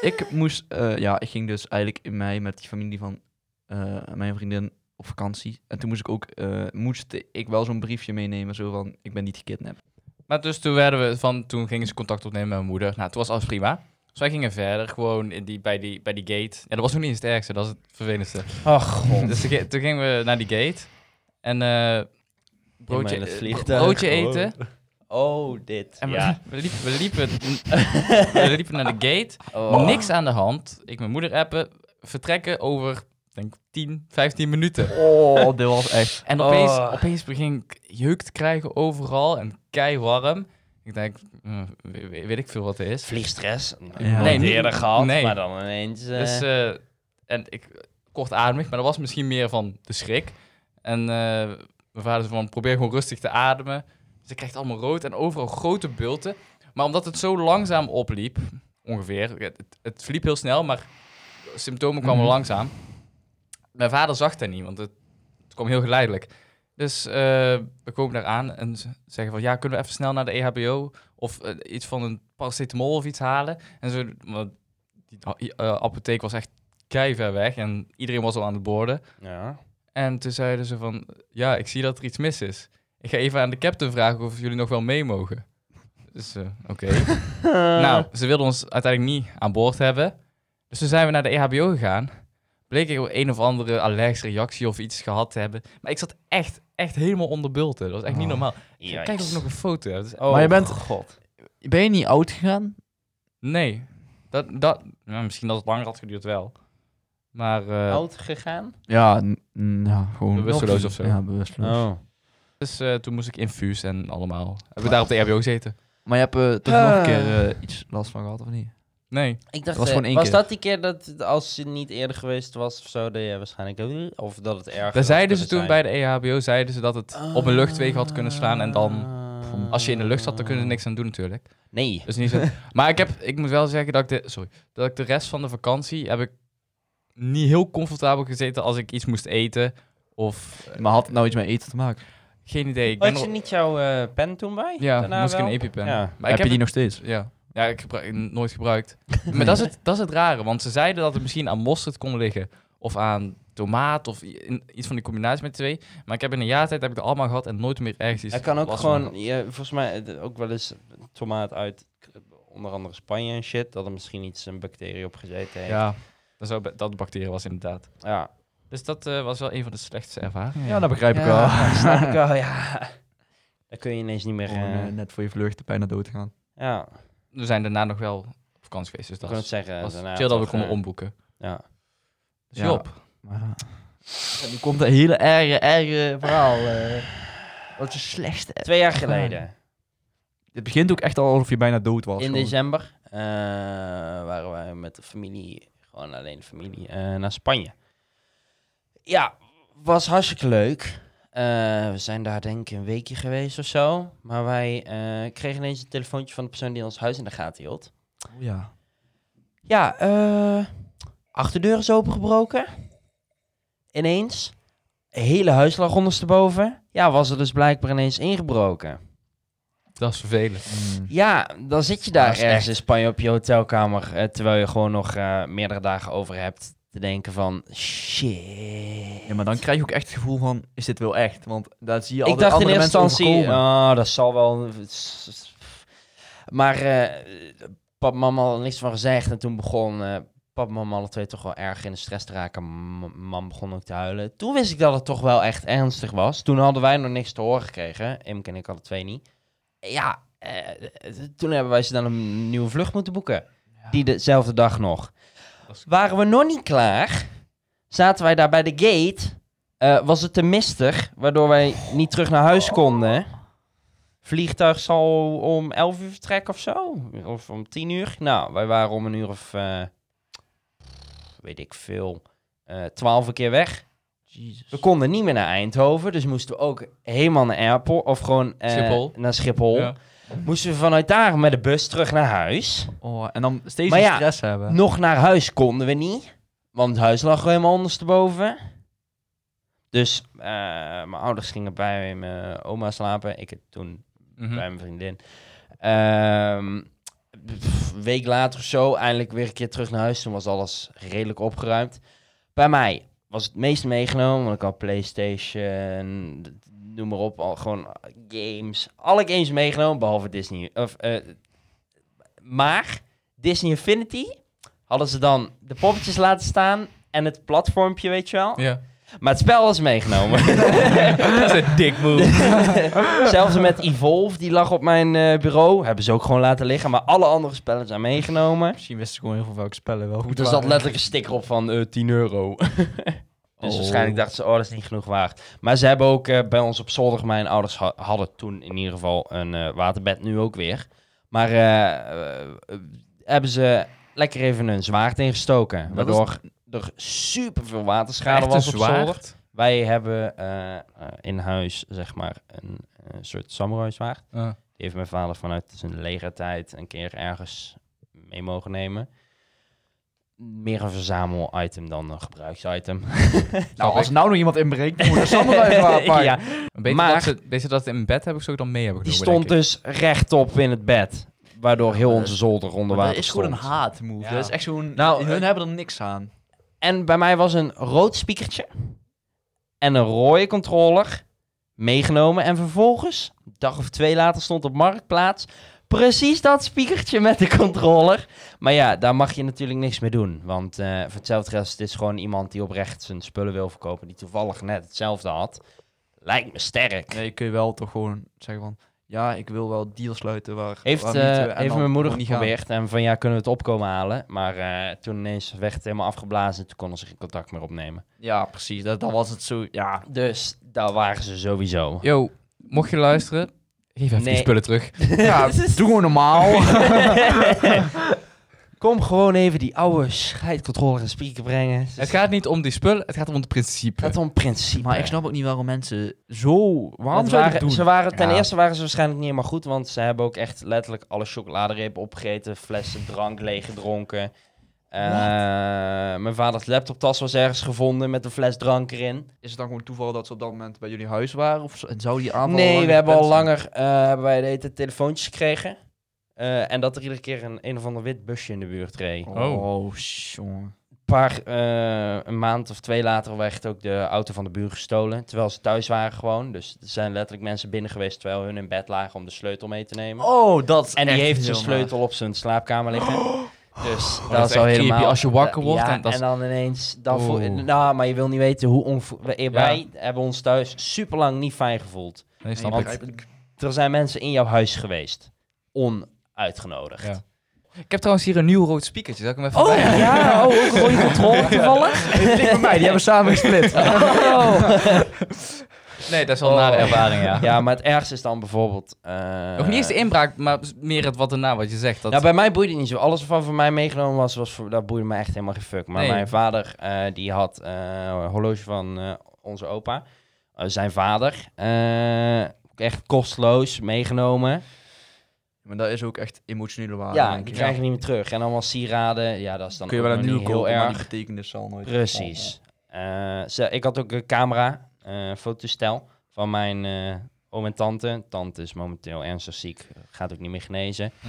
Speaker 3: ik moest... eh, ja, ik ging dus eigenlijk in mei met die familie van eh, mijn vriendin op vakantie. En toen moest ik ook... eh, moest ik wel zo'n briefje meenemen, zo van... Ik ben niet gekidnapt.
Speaker 1: Maar dus toen, werden we van, toen gingen ze contact opnemen met mijn moeder. Nou, toen was alles prima. Dus wij gingen verder, gewoon in die, bij, die, bij die gate. Ja, dat was nog niet eens het ergste, dat is het vervelendste.
Speaker 2: Ach, god.
Speaker 1: Dus toen ge- toen gingen we naar die gate. En eh, broodje,
Speaker 2: in het
Speaker 1: eh,
Speaker 2: vliegtuig.
Speaker 1: broodje
Speaker 2: Oh.
Speaker 1: eten.
Speaker 2: Oh, dit.
Speaker 1: En we- <laughs>
Speaker 2: <laughs> ja.
Speaker 1: we, liepen, we, liepen, we liepen naar de gate.
Speaker 2: Oh.
Speaker 1: Niks aan de hand. Ik mijn moeder appen. Vertrekken over, denk 10, 15 minuten.
Speaker 3: Oh, dit was echt...
Speaker 1: En opeens,
Speaker 2: Oh.
Speaker 1: opeens begin ik jeuk te krijgen overal en kei warm. Ik denk, eh, we- we- weet ik veel wat het is.
Speaker 2: Vliegstress. Nou,
Speaker 3: Ja.
Speaker 2: Nee,
Speaker 1: Nee,
Speaker 2: eerder
Speaker 1: niet-
Speaker 2: gehad,
Speaker 1: nee.
Speaker 2: maar dan ineens... eh,
Speaker 1: Dus, eh, en ik kortademig, maar dat was misschien meer van de schrik. En eh, mijn vader zei van, probeer gewoon rustig te ademen. Dus ik kreeg het allemaal rood en overal grote bulten. Maar omdat het zo langzaam opliep, ongeveer, het, het, het verliep heel snel, maar de symptomen kwamen
Speaker 3: Mhm.
Speaker 1: langzaam. Mijn vader zag dat niet, want het, het kwam heel geleidelijk. Dus eh, we komen daar aan en ze zeggen van, ja, kunnen we even snel naar de E EHBO? Of eh, iets van een paracetamol of iets halen? En zo, want die eh, apotheek was echt kei ver weg en iedereen was al aan het borden.
Speaker 2: ja.
Speaker 1: En toen zeiden ze van, ja, ik zie dat er iets mis is. Ik ga even aan de captain vragen of jullie nog wel mee mogen. Dus, eh, oké. nou, ze wilden ons uiteindelijk niet aan boord hebben. Dus toen zijn we naar de EHBO gegaan. Bleek ik een of andere allergische reactie of iets gehad te hebben. Maar ik zat echt, echt helemaal onder bulten. Dat was echt niet
Speaker 3: Oh.
Speaker 1: normaal.
Speaker 2: <laughs> Yikes.
Speaker 1: Kijk of ik nog een foto heb. Dus, oh, Dat is-
Speaker 3: Maar je bent-
Speaker 2: God.
Speaker 3: Ben je niet oud gegaan?
Speaker 1: Nee. Dat, dat, nou, misschien dat het langer had geduurd wel. Maar... eh,
Speaker 2: Oud gegaan?
Speaker 3: Ja, n- n- ja gewoon...
Speaker 1: Bewusteloos of zo.
Speaker 3: Ja,
Speaker 1: Oh.
Speaker 3: bewusteloos. Oh.
Speaker 2: Oh.
Speaker 1: Dus eh, toen moest ik infuus en allemaal. Hebben we daar op de E RBO gezeten?
Speaker 3: Maar je hebt er toch nog
Speaker 2: Ah.
Speaker 3: een keer eh, iets last van gehad, of niet?
Speaker 1: Nee.
Speaker 2: Ik dacht,
Speaker 3: was
Speaker 2: eh,
Speaker 3: gewoon één
Speaker 2: was
Speaker 3: keer.
Speaker 2: dat die keer dat het- als je niet eerder geweest was of zo, dat je waarschijnlijk ook- Of dat het erger
Speaker 1: Daar
Speaker 2: had
Speaker 1: zeiden
Speaker 2: kunnen
Speaker 1: ze toen
Speaker 2: zijn?
Speaker 1: bij de E EHBO zeiden ze dat het op een luchtweg had kunnen slaan. En dan,
Speaker 2: Ah.
Speaker 1: als je in de lucht zat, dan kunnen ze niks aan doen natuurlijk.
Speaker 2: Nee.
Speaker 1: Dus niet zo... <laughs> maar ik, heb, ik moet wel zeggen dat ik, de, sorry, dat ik de rest van de vakantie heb ik niet heel comfortabel gezeten als ik iets moest eten. Of eh,
Speaker 3: Maar had het nou iets met eten te maken?
Speaker 1: geen idee. Ik ben
Speaker 2: Had je
Speaker 1: er-
Speaker 2: niet jouw eh, pen toen bij?
Speaker 1: ja,
Speaker 2: Daarna
Speaker 1: moest ik een
Speaker 2: wel?
Speaker 1: EpiPen.
Speaker 2: Ja.
Speaker 1: Maar
Speaker 3: heb je
Speaker 1: ik
Speaker 3: die
Speaker 1: heb
Speaker 3: nog steeds?
Speaker 1: ja. Ja, ik gebruik, nooit
Speaker 2: <laughs>
Speaker 1: gebruikt. maar dat is, het, dat is het rare, want ze zeiden dat het misschien aan mosterd kon liggen. Of aan tomaat, of i- in- iets van die combinatie met twee. Maar ik heb in een jaar tijd heb ik het allemaal gehad en nooit meer ergens iets
Speaker 2: Hij kan ook
Speaker 1: last van
Speaker 2: gewoon, ja, volgens mij, eh, ook wel eens tomaat uit eh, onder andere Spanje en shit, dat er misschien iets een bacterie op gezeten
Speaker 1: gehad.
Speaker 2: heeft.
Speaker 1: Ja, dat, zou, be- dat bacteriën was inderdaad.
Speaker 2: ja.
Speaker 1: Dus dat eh, was wel een van de slechtste ervaringen.
Speaker 3: Ja, dat begrijp ik wel.
Speaker 2: Ja, snap
Speaker 1: <laughs>
Speaker 2: ik wel, ja. Dan kun je ineens niet
Speaker 1: Oh,
Speaker 2: meer...
Speaker 3: Gewoon,
Speaker 2: eh,
Speaker 3: eh, net voor je vlucht bijna dood gaan.
Speaker 2: ja, ik
Speaker 1: We zijn daarna nog wel op vakantie geweest, dus dat
Speaker 2: kan het
Speaker 1: was,
Speaker 2: zeggen.
Speaker 1: was
Speaker 2: daarna
Speaker 1: chill dat we
Speaker 2: toch,
Speaker 1: konden
Speaker 2: eh,
Speaker 1: omboeken.
Speaker 2: Ja.
Speaker 1: Dus
Speaker 3: Ja.
Speaker 1: Job,
Speaker 3: Maar ja. En nu komt een hele erge, erge verhaal. eh. wat is de slechtste?
Speaker 2: Twee <clears throat> jaar geleden,
Speaker 3: Het begint ook echt al alsof je bijna dood was.
Speaker 2: in
Speaker 3: gewoon.
Speaker 2: december, eh, waren wij met de familie, gewoon alleen de familie, eh, naar Spanje. Ja, was hartstikke leuk. Eh, we zijn daar denk ik een weekje geweest of zo. Maar wij eh, kregen ineens een telefoontje van de persoon die ons huis in de gaten hield.
Speaker 3: Oh, ja.
Speaker 2: Ja, eh achterdeur is opengebroken. Ineens. Hele huis lag ondersteboven. Ja, was er dus blijkbaar ineens ingebroken.
Speaker 1: dat is vervelend.
Speaker 3: Mm.
Speaker 2: Ja, dan zit je daar
Speaker 1: Dat is
Speaker 2: ergens
Speaker 1: echt-
Speaker 2: in Spanje op je hotelkamer. eh, terwijl je gewoon nog eh, meerdere dagen over hebt. Te denken van, shit.
Speaker 3: ja, maar dan krijg je ook echt het gevoel van, is dit wel echt? Want daar zie je
Speaker 2: ik
Speaker 3: altijd
Speaker 2: dacht in
Speaker 3: andere
Speaker 2: eerste
Speaker 3: mensen
Speaker 2: instantie,
Speaker 3: overkomen.
Speaker 2: oh, dat zal wel. Maar eh pap en mama had er niks van gezegd. En toen begon eh pap en mama alle twee toch wel erg in de stress te raken. M- Mam begon ook te huilen. Toen wist ik dat het toch wel echt ernstig was. Toen hadden wij nog niks te horen gekregen. Imke en ik hadden twee niet. Ja, eh, toen hebben wij ze dan een nieuwe vlucht moeten boeken. Die dezelfde dag nog.
Speaker 1: Dat is-
Speaker 2: Waren we nog niet klaar, zaten wij daar bij de gate. Eh, was het te mistig, waardoor wij niet terug naar huis konden. Vliegtuig zal om 11 uur vertrekken of zo. Of om 10 uur. Nou, wij waren om een uur of. eh, weet ik veel. eh 12 keer weg.
Speaker 3: Jezus.
Speaker 2: We konden niet meer naar Eindhoven. Dus moesten we ook helemaal naar airport. Of gewoon eh,
Speaker 1: Schiphol.
Speaker 2: naar Schiphol.
Speaker 1: Ja.
Speaker 2: Moesten we vanuit daar met de bus terug naar huis.
Speaker 3: Oh, en dan steeds
Speaker 2: Maar
Speaker 3: die
Speaker 2: ja,
Speaker 3: stress hebben.
Speaker 2: Nog naar huis konden we niet, want het huis lag helemaal ondersteboven. Dus eh, mijn ouders gingen bij mijn oma slapen. Ik toen
Speaker 1: Mhm.
Speaker 2: bij mijn vriendin. Ehm, pff, een week later of zo, eindelijk weer een keer terug naar huis. Toen was alles redelijk opgeruimd. Bij mij was het meest meegenomen, want ik had PlayStation, d- noem maar op, al gewoon games. Alle games meegenomen, behalve Disney. Of, eh, maar Disney Infinity hadden ze dan de poppetjes laten staan en het platformpje, weet je wel.
Speaker 1: Ja.
Speaker 2: Maar het spel was meegenomen.
Speaker 1: <laughs> Dat is een dik move.
Speaker 2: Zelfs met Evolve, die lag op mijn eh, bureau. Hebben ze ook gewoon laten liggen. Maar alle andere spellen zijn meegenomen.
Speaker 3: Misschien wisten ze gewoon heel veel welke spellen wel goed
Speaker 2: Er zat letterlijk een sticker op van eh, 10 euro. <laughs> dus
Speaker 3: Oh.
Speaker 2: waarschijnlijk dachten ze, oh, dat is niet genoeg waard. Maar ze hebben ook eh, bij ons op zolder, mijn ouders ha- hadden toen in ieder geval een eh, waterbed, nu ook weer. Maar eh, eh, eh, hebben ze lekker even een zwaard ingestoken.
Speaker 3: Dat is-
Speaker 2: Waardoor er superveel waterschade
Speaker 1: Echt een
Speaker 2: was op zolder.
Speaker 1: zwaard.
Speaker 2: Wij hebben eh, eh, in huis, zeg maar, een eh, soort samurai zwaard.
Speaker 1: Ah.
Speaker 2: Die heeft mijn vader vanuit zijn legertijd een keer ergens mee mogen nemen. Meer een verzamel-item dan een gebruiksitem.
Speaker 3: Nou, als er nou nog iemand inbreekt, dan moet er <laughs>
Speaker 2: <laughs> ja,
Speaker 1: Beter,
Speaker 2: Maar-
Speaker 1: dat ze, beter dat ze in bed hebben, ik zo dan mee hebben
Speaker 2: die
Speaker 1: genomen.
Speaker 2: stond
Speaker 1: denk ik.
Speaker 2: dus rechtop in het bed. Waardoor heel onze zolder onder water
Speaker 3: Dat is gewoon een
Speaker 2: stond.
Speaker 3: haatmove.
Speaker 2: Ja.
Speaker 3: Dat is echt zo'n...
Speaker 2: Nou,
Speaker 3: Nou, hun hebben er niks aan.
Speaker 2: En bij mij was een rood spiekertje en een rode controller meegenomen. En vervolgens, een dag of twee later, stond op Marktplaats precies dat spiekertje met de controller. Maar ja, daar mag je natuurlijk niks mee doen. Want eh, voor hetzelfde geld is dit gewoon iemand die oprecht zijn spullen wil verkopen... die toevallig net hetzelfde had. Lijkt me sterk.
Speaker 3: Nee, kun je wel toch gewoon zeggen van... Ja, ik wil wel deal sluiten waar...
Speaker 2: Heeft,
Speaker 3: waar
Speaker 2: eh,
Speaker 3: niet, eh, en
Speaker 2: heeft
Speaker 3: dan
Speaker 2: mijn moeder
Speaker 3: gewoon niet
Speaker 2: geprobeerd en van ja, kunnen we het opkomen halen? Maar eh, toen ineens werd het helemaal afgeblazen en toen konden ze geen contact meer opnemen.
Speaker 3: gaan. Ja, precies. Dat, dat was het zo... Ja.
Speaker 2: Dus daar waren ze <laughs> sowieso.
Speaker 1: Yo, mocht je luisteren, geef even
Speaker 2: Nee.
Speaker 1: die spullen terug.
Speaker 2: <laughs>
Speaker 3: ja, doe gewoon normaal.
Speaker 2: Kom gewoon even die oude scheidcontrole en speaker brengen.
Speaker 1: <laughs> Het gaat niet om die spullen, het gaat om het principe.
Speaker 2: gaat om principe.
Speaker 3: maar ik snap ook niet waarom mensen zo... Waarom
Speaker 2: Het
Speaker 3: zou je
Speaker 2: waren,
Speaker 3: dat doen?
Speaker 2: ze waren, ten
Speaker 1: Ja.
Speaker 2: eerste waren ze waarschijnlijk niet helemaal goed, want ze hebben ook echt letterlijk alle chocoladerepen opgegeten, flessen drank leeggedronken. Eh, mijn vaders laptoptas was ergens gevonden met een fles drank erin.
Speaker 3: Is het dan gewoon toeval dat ze op dat moment bij jullie huis waren? Of zo- en zou die aanval...
Speaker 2: Nee,
Speaker 3: lang
Speaker 2: we hebben al
Speaker 3: gepland zijn?
Speaker 2: langer eh, hebben wij de hele tijd telefoontjes gekregen. Eh, en dat er iedere keer een, een of ander wit busje in de buurt reed.
Speaker 1: lang-
Speaker 3: Oh, jongen.
Speaker 2: paar, eh, een maand of twee later werd ook de auto van de buur gestolen. Terwijl ze thuis waren gewoon. Dus er zijn letterlijk mensen binnen geweest terwijl hun in bed lagen om de sleutel mee te nemen.
Speaker 3: Oh, dat is
Speaker 2: en die
Speaker 3: echt
Speaker 2: heeft zijn
Speaker 3: heel naar.
Speaker 2: sleutel op zijn slaapkamer liggen. Dus dat,
Speaker 1: Oh. dat is
Speaker 2: is al
Speaker 1: echt
Speaker 2: helemaal...
Speaker 1: creepy als je wakker
Speaker 2: Ja,
Speaker 1: wordt en
Speaker 2: en,
Speaker 1: dat is- Oh.
Speaker 2: dan ineens... Dan voel-
Speaker 1: Oeh.
Speaker 2: nou, maar je wil niet weten hoe... onvo- wij- Wij hebben ons thuis super lang niet fijn gevoeld.
Speaker 1: Nee,
Speaker 3: Nee,
Speaker 1: snap ik.
Speaker 3: begrijp <laughs> ik.
Speaker 2: Er zijn mensen in jouw huis geweest. Onuitgenodigd.
Speaker 1: Ja. Ik heb trouwens hier een nieuw rood spiekertje. Zal ik hem even bij-
Speaker 2: ja, oh, ook
Speaker 1: <laughs>
Speaker 2: gewoon je controle toevallig.
Speaker 3: Met mij, die hebben samen gesplit.
Speaker 1: Oh. Nee, dat is wel
Speaker 2: Oh.
Speaker 1: een nare ervaring, ja.
Speaker 2: Ja, maar het ergste is dan bijvoorbeeld... eh,
Speaker 1: Of niet eens de inbraak, maar meer het wat erna, wat je zegt. Dat...
Speaker 2: Nou, bij mij boeide het niet zo. Alles wat van mij meegenomen was, was voor, dat boeide me echt helemaal geen fuck. Maar
Speaker 1: Nee.
Speaker 2: mijn vader, eh, die had eh, een horloge van eh, onze opa. Eh, zijn vader. eh, echt kosteloos meegenomen.
Speaker 3: <laughs> Maar dat is ook echt emotionele
Speaker 1: Ah,
Speaker 3: waarde.
Speaker 2: ja,
Speaker 3: denk
Speaker 2: die
Speaker 3: ik.
Speaker 2: krijg je niet meer terug. En allemaal sieraden. Ja, dat is dan
Speaker 3: Kun je
Speaker 2: ook
Speaker 3: wel een
Speaker 2: nog
Speaker 3: nieuwe
Speaker 2: niet
Speaker 3: kopen,
Speaker 2: heel
Speaker 3: maar
Speaker 2: erg.
Speaker 3: die betekenis zal nooit...
Speaker 2: Precies. Eh, ze, ik had ook een camera, eh fotostel van mijn eh, oom en tante. Tante is momenteel ernstig ziek, gaat ook niet meer genezen.
Speaker 1: Hm.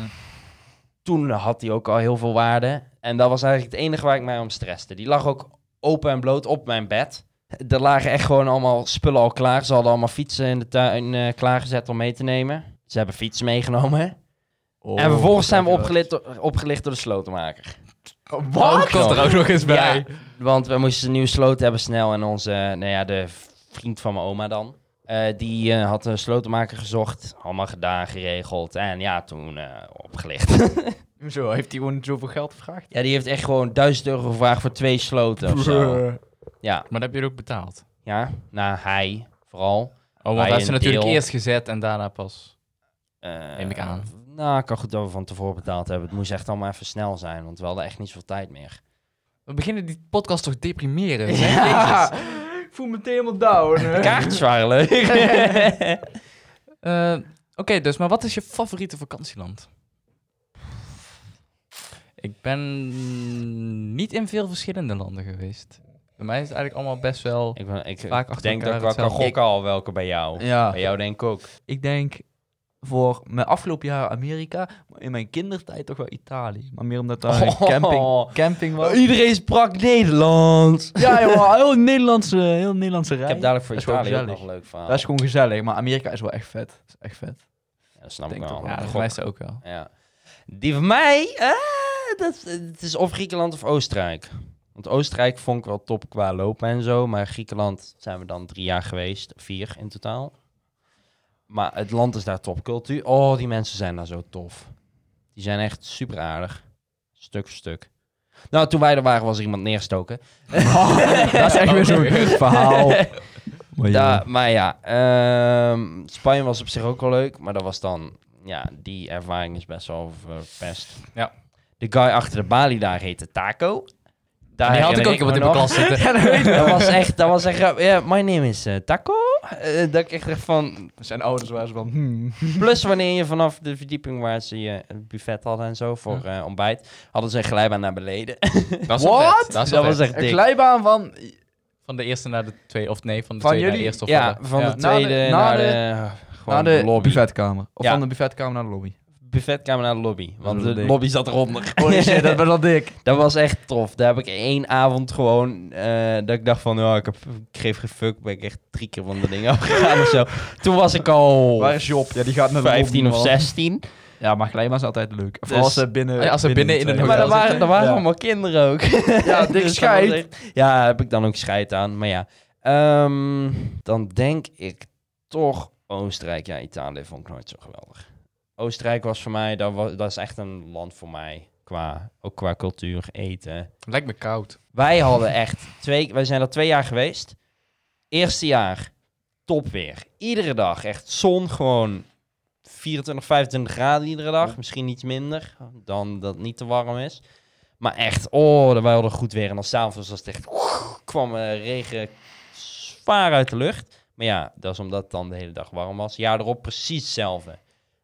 Speaker 2: Toen had die ook al heel veel waarde. En dat was eigenlijk het enige waar ik mij om stresste. Die lag ook open en bloot op mijn bed. Er lagen echt gewoon allemaal spullen al klaar. Ze hadden allemaal fietsen in de tuin eh, klaargezet om mee te nemen. Ze hebben fietsen meegenomen.
Speaker 3: Oh,
Speaker 2: en vervolgens zijn we
Speaker 3: dat-
Speaker 2: opgelicht, door- opgelicht door de slotenmaker.
Speaker 3: Oh,
Speaker 1: Wat? Komt er ook nog eens bij.
Speaker 2: Ja, want we moesten een nieuwe sloot hebben snel. En onze, nou ja, de vriend van mijn oma dan. eh, die eh, had een slotenmaker gezocht. Allemaal gedaan, geregeld. En ja, toen eh, opgelicht. <laughs>
Speaker 3: Zo, heeft hij gewoon zoveel geld <laughs> gevraagd?
Speaker 2: ja, die heeft echt gewoon 1000 euro gevraagd voor twee sloten of zo.
Speaker 3: Brrr.
Speaker 2: Ja,
Speaker 1: Maar dat heb je ook betaald.
Speaker 2: ja. Nou, hij vooral.
Speaker 1: Oh,
Speaker 2: Bij
Speaker 1: want dat is
Speaker 2: een
Speaker 1: natuurlijk
Speaker 2: deel.
Speaker 1: eerst gezet en daarna pas.
Speaker 2: Eh,
Speaker 1: Neem ik aan.
Speaker 2: Nou, ik kan goed dat we van tevoren betaald hebben. Het moest echt allemaal even snel zijn, want we hadden echt niet zoveel tijd meer.
Speaker 1: We beginnen die podcast toch deprimeren.
Speaker 3: Ja. Ik voel me meteen helemaal down.
Speaker 2: De kaartjes
Speaker 1: <laughs>
Speaker 2: waren leuk.
Speaker 1: Eh, Oké, dus maar wat is je favoriete vakantieland? Ik ben niet in veel verschillende landen geweest. Bij mij is het eigenlijk allemaal best wel.
Speaker 2: ik ben- ik
Speaker 1: Vaak achter
Speaker 2: denk dat ik
Speaker 1: elkaar
Speaker 2: wel kan
Speaker 1: hetzelfde.
Speaker 2: gokken al welke bij jou.
Speaker 3: Ja,
Speaker 2: Bij jou denk ik ook.
Speaker 3: ik denk voor mijn afgelopen jaar Amerika, maar in mijn kindertijd toch wel Italië. Maar meer omdat <laughs> daar een
Speaker 2: Oh.
Speaker 3: camping, camping was.
Speaker 2: Iedereen sprak Nederlands.
Speaker 3: <laughs> Ja, joh, heel Nederlandse, heel Nederlandse
Speaker 2: Ik
Speaker 3: rij.
Speaker 2: heb dadelijk voor
Speaker 3: Dat is wel
Speaker 2: Italië ook nog
Speaker 3: gezellig.
Speaker 2: een leuk verhaal.
Speaker 3: Dat is gewoon gezellig, maar Amerika is wel echt vet. Dat is echt vet.
Speaker 2: Ja, dat snap ik
Speaker 3: denk
Speaker 2: wel.
Speaker 3: toch
Speaker 1: Ja,
Speaker 3: wel.
Speaker 1: dat
Speaker 2: Gok.
Speaker 1: wijst ook wel.
Speaker 2: Ja. Die van mij, eh, dat, het is of Griekenland of Oostenrijk. Want Oostenrijk vond ik wel top qua lopen en zo. Maar Griekenland zijn we dan drie jaar geweest. Vier in totaal. Maar het land is daar topcultuur. Oh, die mensen zijn daar zo tof. Die zijn echt super aardig. Stuk voor stuk. Nou, toen wij er waren was er iemand neerstoken.
Speaker 3: <laughs> dat is echt weer <laughs> zo'n kut verhaal. Maar
Speaker 2: Da-
Speaker 3: joh.
Speaker 2: maar ja, ehm, Spanje was op zich ook wel leuk, maar dat was dan, ja, die ervaring is best wel verpest.
Speaker 1: Ja.
Speaker 2: De guy achter de balie daar heette Taco. Daar
Speaker 1: die had ik
Speaker 2: herinner
Speaker 1: ook in
Speaker 2: me
Speaker 1: mijn
Speaker 2: nog.
Speaker 1: klas zitten.
Speaker 2: <laughs> dat was echt, dat was echt, grap- ja, my name is eh, Taco. Eh, dat ik echt dacht van,
Speaker 3: Zijn ouders waren zo van, hmm.
Speaker 2: plus wanneer je vanaf de verdieping waar ze je het buffet hadden en zo voor eh, ontbijt, hadden ze een glijbaan naar beneden.
Speaker 1: <laughs> Dat is wel
Speaker 3: What?
Speaker 1: vet. Dat is wel
Speaker 2: dat was
Speaker 1: vet.
Speaker 2: echt
Speaker 3: Een
Speaker 2: dik.
Speaker 3: glijbaan van...
Speaker 1: Van de eerste naar de tweede, of nee, van de
Speaker 3: Van
Speaker 1: tweede naar de
Speaker 3: jullie?
Speaker 1: eerste. Of
Speaker 2: Ja,
Speaker 1: van de-
Speaker 2: van
Speaker 1: ja.
Speaker 2: de tweede
Speaker 3: Na de- na
Speaker 2: naar
Speaker 3: de-
Speaker 2: de, gewoon
Speaker 3: Naar de
Speaker 2: lobby.
Speaker 3: buffetkamer. Of
Speaker 2: Ja.
Speaker 3: van de buffetkamer naar de <laughs> lobby.
Speaker 2: buffetkamer naar de lobby. Want
Speaker 3: is
Speaker 2: de
Speaker 3: wel dik.
Speaker 2: lobby zat eronder.
Speaker 3: Oh shit, dat was wel dik.
Speaker 2: dat was echt tof. Daar heb ik één avond gewoon... eh, dat ik dacht van... ja, ik, heb, ik geef geen fuck. Ben ik echt drie keer van de dingen <laughs> afgegaan of zo. Toen was ik al...
Speaker 3: <laughs> Waar is Job? Ja, die gaat naar de
Speaker 2: 15
Speaker 3: lobby,
Speaker 2: of
Speaker 3: man.
Speaker 2: 16.
Speaker 3: Ja, maar glijbaan is altijd leuk. Vooral
Speaker 2: Dus-
Speaker 3: als ze binnen...
Speaker 1: Ja, als ze binnen in een
Speaker 2: Maar
Speaker 1: hotel
Speaker 2: er
Speaker 3: dat
Speaker 2: waren, er waren
Speaker 3: Ja.
Speaker 2: allemaal kinderen ook. <laughs> Dus
Speaker 3: Ja, dik
Speaker 2: dat
Speaker 3: scheid.
Speaker 2: was echt- Ja, heb ik dan ook scheid aan. Maar ja. Ehm, dan denk ik toch Oostenrijk. Ja, Italië vond ik nooit zo geweldig. Oostenrijk was voor mij... Dat, was, dat is echt een land voor mij. Qua, ook qua cultuur, eten...
Speaker 1: Lijkt me koud.
Speaker 2: Wij hadden echt twee, wij zijn er twee jaar geweest. Eerste jaar, top weer. Iedere dag echt zon, gewoon 24, 25 graden iedere dag. Misschien iets minder, dan dat het niet te warm is. Maar echt, oh, dan wij hadden goed weer. En dan s'avonds was het echt, kwam eh, regen zwaar uit de lucht. Maar ja, dat is omdat het dan de hele dag warm was. Jaar erop precies hetzelfde.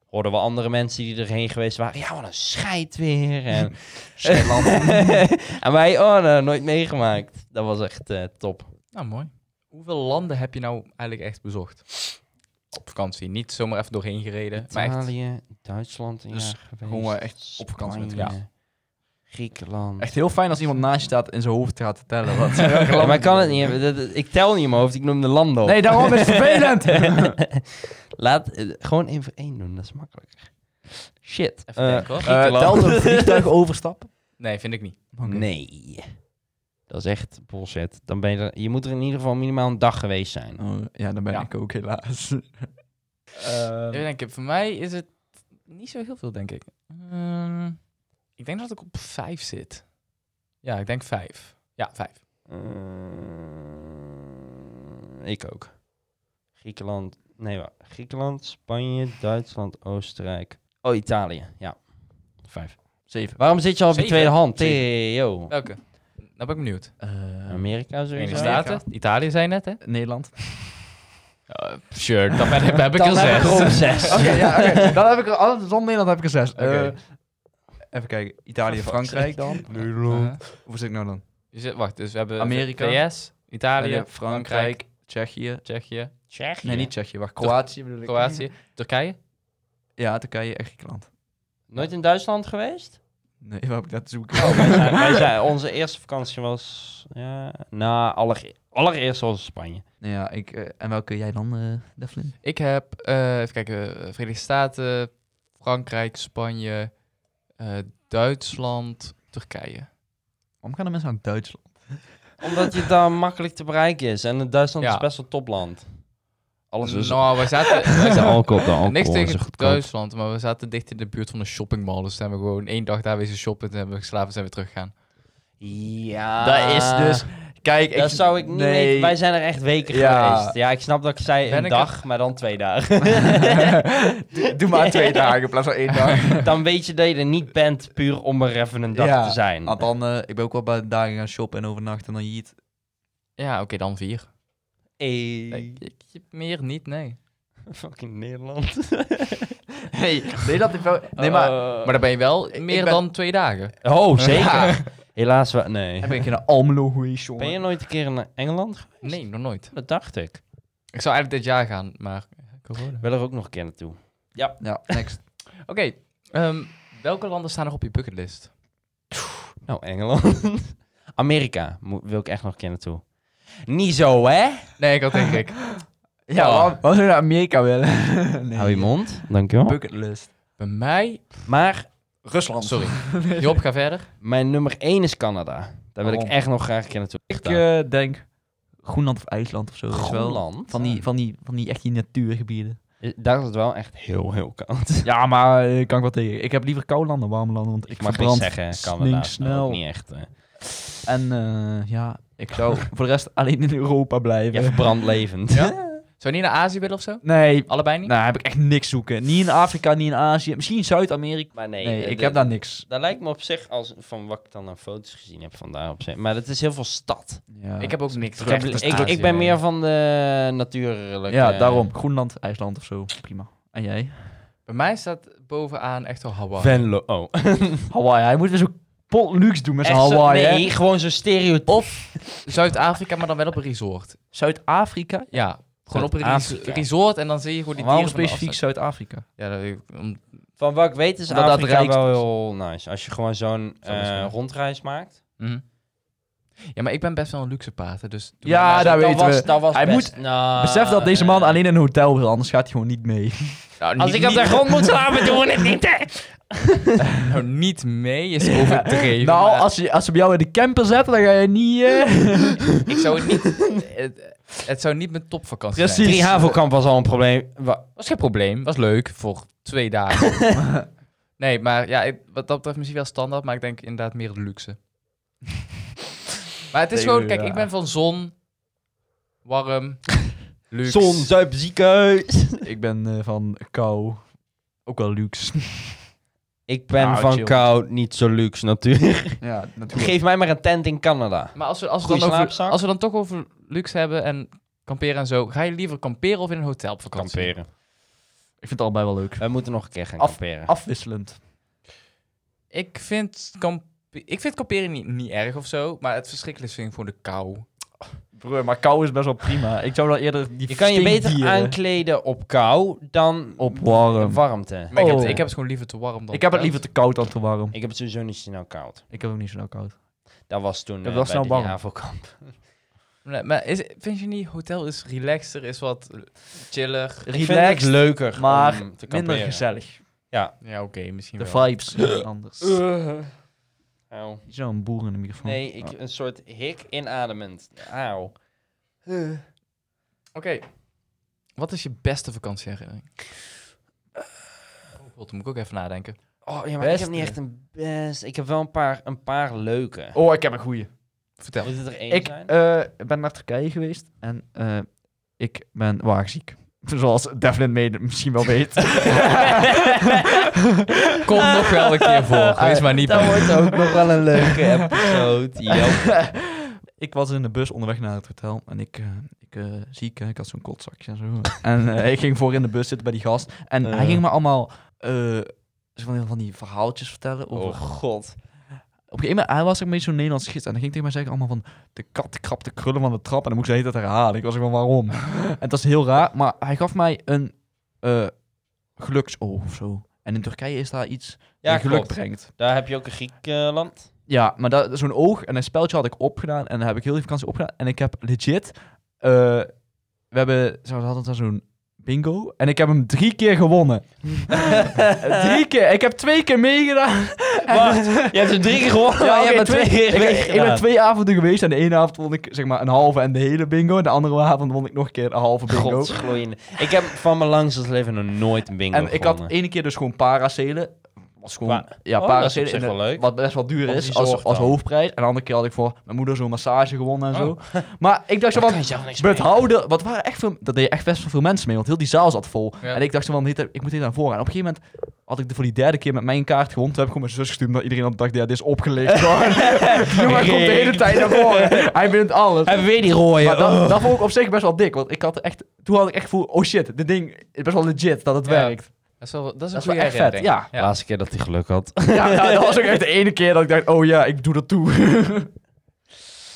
Speaker 2: Hoorden we andere mensen die erheen geweest waren. Ja, wat een scheid weer. En <laughs> en wij, oh, nou, nooit meegemaakt. Dat was echt eh, top.
Speaker 1: Nou, mooi. Hoeveel landen heb je nou eigenlijk echt bezocht? Op vakantie. Niet zomaar even doorheen gereden. Maar echt,
Speaker 2: Italië, Duitsland, een
Speaker 3: Dus
Speaker 2: jaar geweest.
Speaker 3: gewoon wel echt op vakantie met
Speaker 2: Spanje,
Speaker 1: elkaar.
Speaker 2: Griekenland.
Speaker 3: Echt heel fijn als iemand naast je staat en zijn hoofd gaat te tellen. Wat
Speaker 2: Ja, maar ik kan het niet hebben. Dat- dat- Ik tel niet in mijn hoofd, ik noem de landen op.
Speaker 3: Nee, daarom is het vervelend.
Speaker 2: <laughs> Laat eh, gewoon één voor één doen, dat is makkelijker. Shit.
Speaker 1: even
Speaker 2: Eh,
Speaker 1: denken hoor.
Speaker 3: Eh telt <laughs> een vliegtuig overstappen?
Speaker 1: Nee, vind ik niet.
Speaker 2: Nee. Dat is echt bullshit. Dan ben je, er, je moet er in ieder geval minimaal een dag geweest zijn.
Speaker 3: Oh, ja, dan ben
Speaker 1: Ja.
Speaker 3: ik ook <laughs> helaas.
Speaker 1: Even
Speaker 3: Ehm,
Speaker 1: denken, voor mij is het niet zo heel veel, denk ik. Ehm, ik denk dat ik op vijf zit. Ja, ik denk vijf. Ja, vijf.
Speaker 2: Eh, ik ook. Griekenland. Nee, wa- Griekenland, Spanje, Duitsland, Oostenrijk. Oh, Italië. Ja. Vijf.
Speaker 3: Zeven.
Speaker 2: Waarom zit je al op je
Speaker 1: Zeven?
Speaker 2: tweede hand?
Speaker 1: Zeven.
Speaker 2: Theo.
Speaker 1: Welke? Nou ben ik benieuwd.
Speaker 2: Ehm, Amerika
Speaker 1: Verenigde
Speaker 2: sowieso.
Speaker 3: Amerika.
Speaker 1: Staten, Italië zei je net, hè?
Speaker 3: Eh,
Speaker 1: Eh,
Speaker 3: Nederland.
Speaker 1: sure, dan ben, heb ik er
Speaker 2: Dan heb ik er ook
Speaker 1: zes. <laughs>
Speaker 2: zes.
Speaker 3: Oké, ja, oké. dan heb ik er, alles zonder Nederland heb ik er zes.
Speaker 1: Oké.
Speaker 3: Eh, even kijken, Italië,
Speaker 2: <laughs>
Speaker 3: Frankrijk dan.
Speaker 1: Uh-huh.
Speaker 3: Hoe zit ik nou dan?
Speaker 1: Dus, eh, wacht, dus we hebben
Speaker 3: Amerika.
Speaker 1: VS, Italië,
Speaker 3: Italië,
Speaker 1: Frankrijk,
Speaker 3: Frankrijk, Tsjechië.
Speaker 1: Tsjechië,
Speaker 2: Tsjechië.
Speaker 3: Nee, niet Tsjechië, wacht. Kroatië bedoel ik.
Speaker 1: Kroatië, Turkije.
Speaker 3: Ja, Turkije en Griekenland.
Speaker 2: Nooit in Duitsland
Speaker 3: <laughs>
Speaker 2: geweest?
Speaker 3: Nee, waar heb ik dat te zoeken?
Speaker 2: Oh, wij zijn, wij zijn- onze eerste vakantie was... Ja, nou, aller, allereerst was Spanje.
Speaker 3: Nou ja, ik, eh, en welke jij dan, eh Devlin?
Speaker 1: Ik heb, eh, even kijken, eh, Verenigde Staten, Frankrijk, Spanje, eh, Duitsland, Turkije.
Speaker 3: Waarom gaan de mensen aan Duitsland?
Speaker 2: Omdat je daar makkelijk te bereiken is. En Duitsland
Speaker 1: Ja.
Speaker 2: is best wel topland. Alles
Speaker 3: Dus
Speaker 2: is
Speaker 1: Nou, wij zaten... <laughs> wij zaten-
Speaker 2: alcohol, de alcohol
Speaker 1: Niks tegen Duitsland, maar we zaten dicht in de buurt van een shoppingmall. Dus zijn we gewoon één dag daar wezen shoppen, toen hebben we geslapen en zijn we teruggegaan.
Speaker 2: Ja.
Speaker 3: dat is dus... Kijk,
Speaker 2: Ah, Dat zou ik niet weten. Wij zijn er echt weken
Speaker 3: Ja.
Speaker 2: geweest. Ja, ik snap dat ik zei
Speaker 1: Ben
Speaker 2: een
Speaker 1: ik
Speaker 2: dag, maar dan twee dagen.
Speaker 3: <laughs>
Speaker 2: <laughs>
Speaker 3: doe, doe maar twee dagen in plaats van één dag. <laughs>
Speaker 2: dan weet je dat je er niet bent puur om er even een dag
Speaker 3: Ja.
Speaker 2: te zijn.
Speaker 3: Want dan, eh, ik ben ook wel bij dagen gaan shoppen en overnachten en dan jeet.
Speaker 1: Ja, oké, dan vier.
Speaker 2: Hey.
Speaker 1: Nee, ik- ik- meer niet, nee.
Speaker 2: Fucking Nederland.
Speaker 3: Nee, nee, dat ik wel... Nee, maar... <laughs>
Speaker 1: Maar dan ben je wel meer
Speaker 3: ben-
Speaker 1: dan twee dagen.
Speaker 2: Eh. Oh, zeker. Helaas wel. Nee.
Speaker 3: Dan ben ik in een Almelo geweest, jongen.
Speaker 2: Ben je nooit een keer in Engeland? geweest?
Speaker 1: Nee, nog nooit.
Speaker 2: Dat dacht ik.
Speaker 1: Ik zou eigenlijk dit jaar gaan, maar eh, corona.
Speaker 2: Ik wil er ook nog een keer naartoe. Ja.
Speaker 3: Ja, next.
Speaker 1: Oké, ehm, welke landen staan er op je bucketlist?
Speaker 2: Nou, Engeland. <laughs> Amerika mo- wil ik echt nog een keer naartoe. Niet zo, hè?
Speaker 1: Nee, ik had <laughs> denk ik.
Speaker 3: ja,
Speaker 2: Oh.
Speaker 3: wat- wat zou je naar Amerika willen? <laughs> nee.
Speaker 2: Hou je mond. Dankjewel.
Speaker 3: Bucketlist.
Speaker 1: Bij mij...
Speaker 2: Maar <laughs>
Speaker 3: Rusland.
Speaker 1: Sorry. Job, ga verder.
Speaker 2: mijn nummer 1 is Canada. Daar wil ik
Speaker 3: Waarom?
Speaker 2: echt nog graag een keer naartoe.
Speaker 3: Ik eh, denk Groenland of IJsland of zo. is wel-
Speaker 2: Groenland.
Speaker 3: Van die, van, die, van die echt die natuurgebieden.
Speaker 2: Eh, Daar is het wel echt heel, heel koud.
Speaker 3: Ja, maar eh, kan ik wat tegen. Ik heb liever koude landen, warme landen, want ik,
Speaker 2: Ik mag niet
Speaker 3: verbrand
Speaker 2: zeggen, Canada.
Speaker 3: sning
Speaker 2: nou,
Speaker 3: snel.
Speaker 2: ook Niet echt. eh.
Speaker 3: En eh, ja, ik zou voor de rest alleen in Europa blijven.
Speaker 2: Jij verbrandt levend. <laughs>
Speaker 1: Zou je niet naar Azië willen of zo?
Speaker 3: Nee,
Speaker 1: Allebei niet?
Speaker 3: nou heb ik echt niks zoeken. Niet in Afrika, niet in Azië. Misschien Zuid-Amerika.
Speaker 2: Maar nee,
Speaker 3: Nee,
Speaker 2: eh,
Speaker 3: ik
Speaker 2: de-
Speaker 3: heb daar niks.
Speaker 2: Dat lijkt me op zich, als, van wat ik dan aan foto's gezien heb vandaar op zich. Maar het is heel veel stad.
Speaker 3: Ja.
Speaker 1: ik heb ook niks.
Speaker 2: Ik, heb- ik, ik ben meer van de natuurlijke...
Speaker 3: ja, daarom. Groenland, IJsland of zo. Prima. En
Speaker 2: <laughs>
Speaker 3: jij?
Speaker 1: Bij mij staat bovenaan echt wel Hawaii.
Speaker 2: Venlo. <laughs> Oh.
Speaker 3: Hawaii. Hij moet weer zo pot luxe doen met zijn
Speaker 2: Echt zo-
Speaker 3: Hawaii. hè?
Speaker 2: nee, gewoon zo'n stereotype.
Speaker 1: Of Zuid-Afrika, maar dan wel op een resort.
Speaker 3: Zuid-Afrika?
Speaker 1: Ja, gewoon op een res-
Speaker 2: Zuid-Afrika.
Speaker 1: resort en dan zie je gewoon die
Speaker 3: Waarom
Speaker 1: dieren van de
Speaker 3: specifiek
Speaker 1: afstand.
Speaker 3: Zuid-Afrika?
Speaker 1: Ja, dat weet ik, om-
Speaker 2: Van wat ik weet is
Speaker 3: Omdat
Speaker 2: dat
Speaker 3: dat
Speaker 2: Afrika
Speaker 3: rijkt
Speaker 2: wel
Speaker 3: is.
Speaker 2: heel nice. Als je gewoon zo'n
Speaker 1: Zo is
Speaker 2: eh,
Speaker 1: het.
Speaker 2: rondreis maakt.
Speaker 1: mhm. Ja, maar ik ben best wel een luxe paard, hè, dus... doe
Speaker 3: Ja,
Speaker 1: maar-
Speaker 3: daar
Speaker 2: dat
Speaker 3: weten
Speaker 2: was,
Speaker 3: we.
Speaker 2: Dat was
Speaker 3: Hij
Speaker 2: best- Nou,
Speaker 3: Besef dat deze man alleen in een hotel wil, anders gaat hij gewoon niet mee.
Speaker 1: Nou,
Speaker 2: Als
Speaker 1: niet-
Speaker 2: ik op de
Speaker 1: niet-
Speaker 2: grond moet
Speaker 1: <laughs>
Speaker 2: slapen, doen we het niet. hè?
Speaker 1: nou, niet mee is overdreven.
Speaker 3: nou,
Speaker 1: maar
Speaker 3: als, je, als ze bij jou in de camper zetten, dan ga je niet... eh,
Speaker 1: ik zou het niet... Het, het zou niet mijn topvakantie zijn.
Speaker 3: <laughs> Precies.
Speaker 2: Drie Havokamp was al een probleem. Wa-
Speaker 1: Was geen probleem, was leuk voor twee dagen.
Speaker 3: <laughs>
Speaker 1: nee, maar ja, ik- wat dat betreft misschien wel standaard, maar ik denk inderdaad meer het luxe. maar het is
Speaker 3: Tegen
Speaker 1: gewoon,
Speaker 3: u,
Speaker 1: kijk,
Speaker 3: ja.
Speaker 1: ik ben van zon,
Speaker 3: <laughs>
Speaker 1: warm, luxe.
Speaker 2: Zon, zuip, ziekenhuis.
Speaker 3: Ik ben eh, van kou. Ook wel luxe.
Speaker 2: Ik ben
Speaker 3: Nou,
Speaker 2: van
Speaker 3: chill.
Speaker 2: koud niet zo luxe natuurlijk.
Speaker 3: <laughs> ja, natuurlijk.
Speaker 2: <laughs> Geef mij maar een tent in Canada.
Speaker 1: Maar als we, als, we
Speaker 2: Goeie
Speaker 1: dan over,
Speaker 2: slaapzak.
Speaker 1: als we dan toch over luxe hebben en kamperen en zo, ga je liever kamperen of in een hotel op vakantie?
Speaker 2: Kamperen.
Speaker 3: Ik vind het allebei wel leuk.
Speaker 2: We moeten nog een keer gaan
Speaker 3: Af-
Speaker 2: kamperen.
Speaker 3: Afwisselend.
Speaker 1: Ik vind, kamp ik vind kamperen niet, niet erg of zo, maar het verschrikkelijkste vind ik voor de kou.
Speaker 3: Broer, maar kou is best wel prima. Ik zou dan eerder die eh,
Speaker 2: Je kan je beter
Speaker 3: stinkdieren
Speaker 2: aankleden op kou dan
Speaker 3: op warm.
Speaker 2: warmte.
Speaker 1: Maar ik, heb,
Speaker 3: Oh.
Speaker 1: het- ik heb het gewoon liever te warm dan
Speaker 3: Ik heb het
Speaker 1: koud.
Speaker 3: liever te koud dan te warm.
Speaker 2: Ik heb het sowieso niet snel koud.
Speaker 3: Ik heb ook niet zo koud.
Speaker 2: Dat was toen
Speaker 3: Dat
Speaker 2: eh,
Speaker 3: was
Speaker 2: bij
Speaker 3: snel
Speaker 2: de
Speaker 3: warm. <laughs>
Speaker 2: NAVO-kamp.
Speaker 1: Nee, maar is, vind je niet, hotel is relaxter, is wat chiller.
Speaker 2: Ik vind het leuker
Speaker 3: maar
Speaker 2: om te kamperen. Eh.
Speaker 3: minder gezellig.
Speaker 1: Ja, oké, misschien
Speaker 3: De
Speaker 1: wel.
Speaker 3: vibes zijn anders.
Speaker 2: Auw.
Speaker 3: Zo'n boer in de microfoon.
Speaker 2: Nee, ik, een soort hik inademend. Auw.
Speaker 1: Oké. Wat is je beste vakantieherinnering? Oh god, dan moet ik ook even nadenken.
Speaker 2: Oh, ja, maar ik
Speaker 3: Beste.
Speaker 2: heb niet echt een best. Ik heb wel een paar, een paar leuke.
Speaker 3: Oh, ik heb een goeie.
Speaker 1: Vertel.
Speaker 2: Moet het er één
Speaker 3: Ik <laughs>
Speaker 2: zijn?
Speaker 3: eh, ben naar Turkije geweest en eh, ik ben waagziek. <laughs> Zoals Devlin Mede misschien wel <laughs> weet.
Speaker 1: Kom nog wel een keer <laughs> voor, wees maar niet
Speaker 4: Dat
Speaker 1: bang.
Speaker 4: wordt ook nog wel een leuke app.
Speaker 2: Episode, <laughs> ja.
Speaker 3: <laughs> ik was in de bus onderweg naar het hotel en ik, eh, ik eh, ziek, hè, ik had zo'n kotzakje en zo. <laughs> en eh, ik ging voor in de bus zitten bij die gast en
Speaker 2: Eh.
Speaker 3: hij ging me allemaal eh, zo van, van die verhaaltjes vertellen over
Speaker 2: Oh god.
Speaker 3: Op een gegeven moment, hij was er met zo'n Nederlands gids en hij ging tegen mij zeggen allemaal van de kat krapt de krullen van de trap en dan moest ik de hele tijd herhalen. Ik was ook van
Speaker 2: <laughs>
Speaker 3: waarom? en dat is heel raar, maar hij gaf mij een eh geluksoog of zo. En in Turkije is daar iets
Speaker 2: Ja,
Speaker 3: dat geluk
Speaker 2: klopt.
Speaker 3: brengt.
Speaker 2: Daar heb je ook een eh,
Speaker 3: <laughs>
Speaker 2: Griekenland.
Speaker 3: Ja, maar dat, zo'n oog en een speltje had ik opgedaan en daar heb ik heel die vakantie opgedaan. En ik heb legit, eh, we hebben, ze hadden daar zo'n bingo en ik heb hem drie keer gewonnen.
Speaker 2: <laughs>
Speaker 3: <laughs> drie keer, ik heb twee keer meegedaan.
Speaker 2: Wacht, je hebt er
Speaker 3: <laughs>
Speaker 2: drie keer gewonnen, maar je
Speaker 3: oké,
Speaker 2: hebt er twee keer
Speaker 3: ik, ik ben
Speaker 2: meegedaan.
Speaker 3: twee avonden geweest en de ene avond won ik zeg maar een halve en de hele bingo. En de andere avond won ik nog een keer een halve bingo.
Speaker 2: Godsgloeiende. Ik heb van mijn langste leven nog nooit een bingo
Speaker 3: en ik had
Speaker 2: gewonnen.
Speaker 3: ene keer dus gewoon paracelen. Was gewoon,
Speaker 2: Wa- Oh, dat is
Speaker 3: ja,
Speaker 2: op
Speaker 3: paracelen.
Speaker 2: zich
Speaker 3: in de-
Speaker 2: wel leuk.
Speaker 3: Wat best wel duur
Speaker 2: Want
Speaker 3: is
Speaker 2: die
Speaker 3: als,
Speaker 2: zorgt
Speaker 3: als
Speaker 2: dan. Oh.
Speaker 3: hoofdprijs. En de andere keer had ik voor mijn moeder zo'n massage gewonnen en
Speaker 2: <laughs>
Speaker 3: zo. Maar ik dacht zo
Speaker 2: Daar
Speaker 3: van,
Speaker 2: kan je zelf niks mee.
Speaker 3: Met houden, wat waren echt veel, dat deed echt best wel veel mensen mee, want heel die zaal zat vol.
Speaker 1: Ja.
Speaker 3: En ik dacht zo van, de hele tijd, ik moet hier naar voren. En op een gegeven moment had ik de, voor die derde keer met mijn kaart gewonnen. Toen heb ik gewoon mijn zus gestuurd, omdat iedereen dan dacht, ja, dit is
Speaker 1: <laughs>
Speaker 3: opgelicht. Gewoon. Die jongen komt de hele tijd naar voren. Hij wint alles.
Speaker 2: Hebben we weer die rode.
Speaker 3: Maar
Speaker 2: Oh.
Speaker 3: dat, dat vond ik op zich best wel dik, want ik had echt, toen had ik echt gevoel, oh shit, dit ding is best wel legit dat het
Speaker 1: Ja.
Speaker 3: werkt.
Speaker 1: Dat is, wel, dat is een
Speaker 3: Dat is wel
Speaker 1: goede
Speaker 3: echt vet,
Speaker 1: herinnering.
Speaker 3: ja.
Speaker 1: Ja.
Speaker 2: Laatste keer dat hij geluk had.
Speaker 1: <laughs>
Speaker 3: Ja, ja, dat was ook echt de ene keer dat ik dacht, oh ja, ik doe dat toe.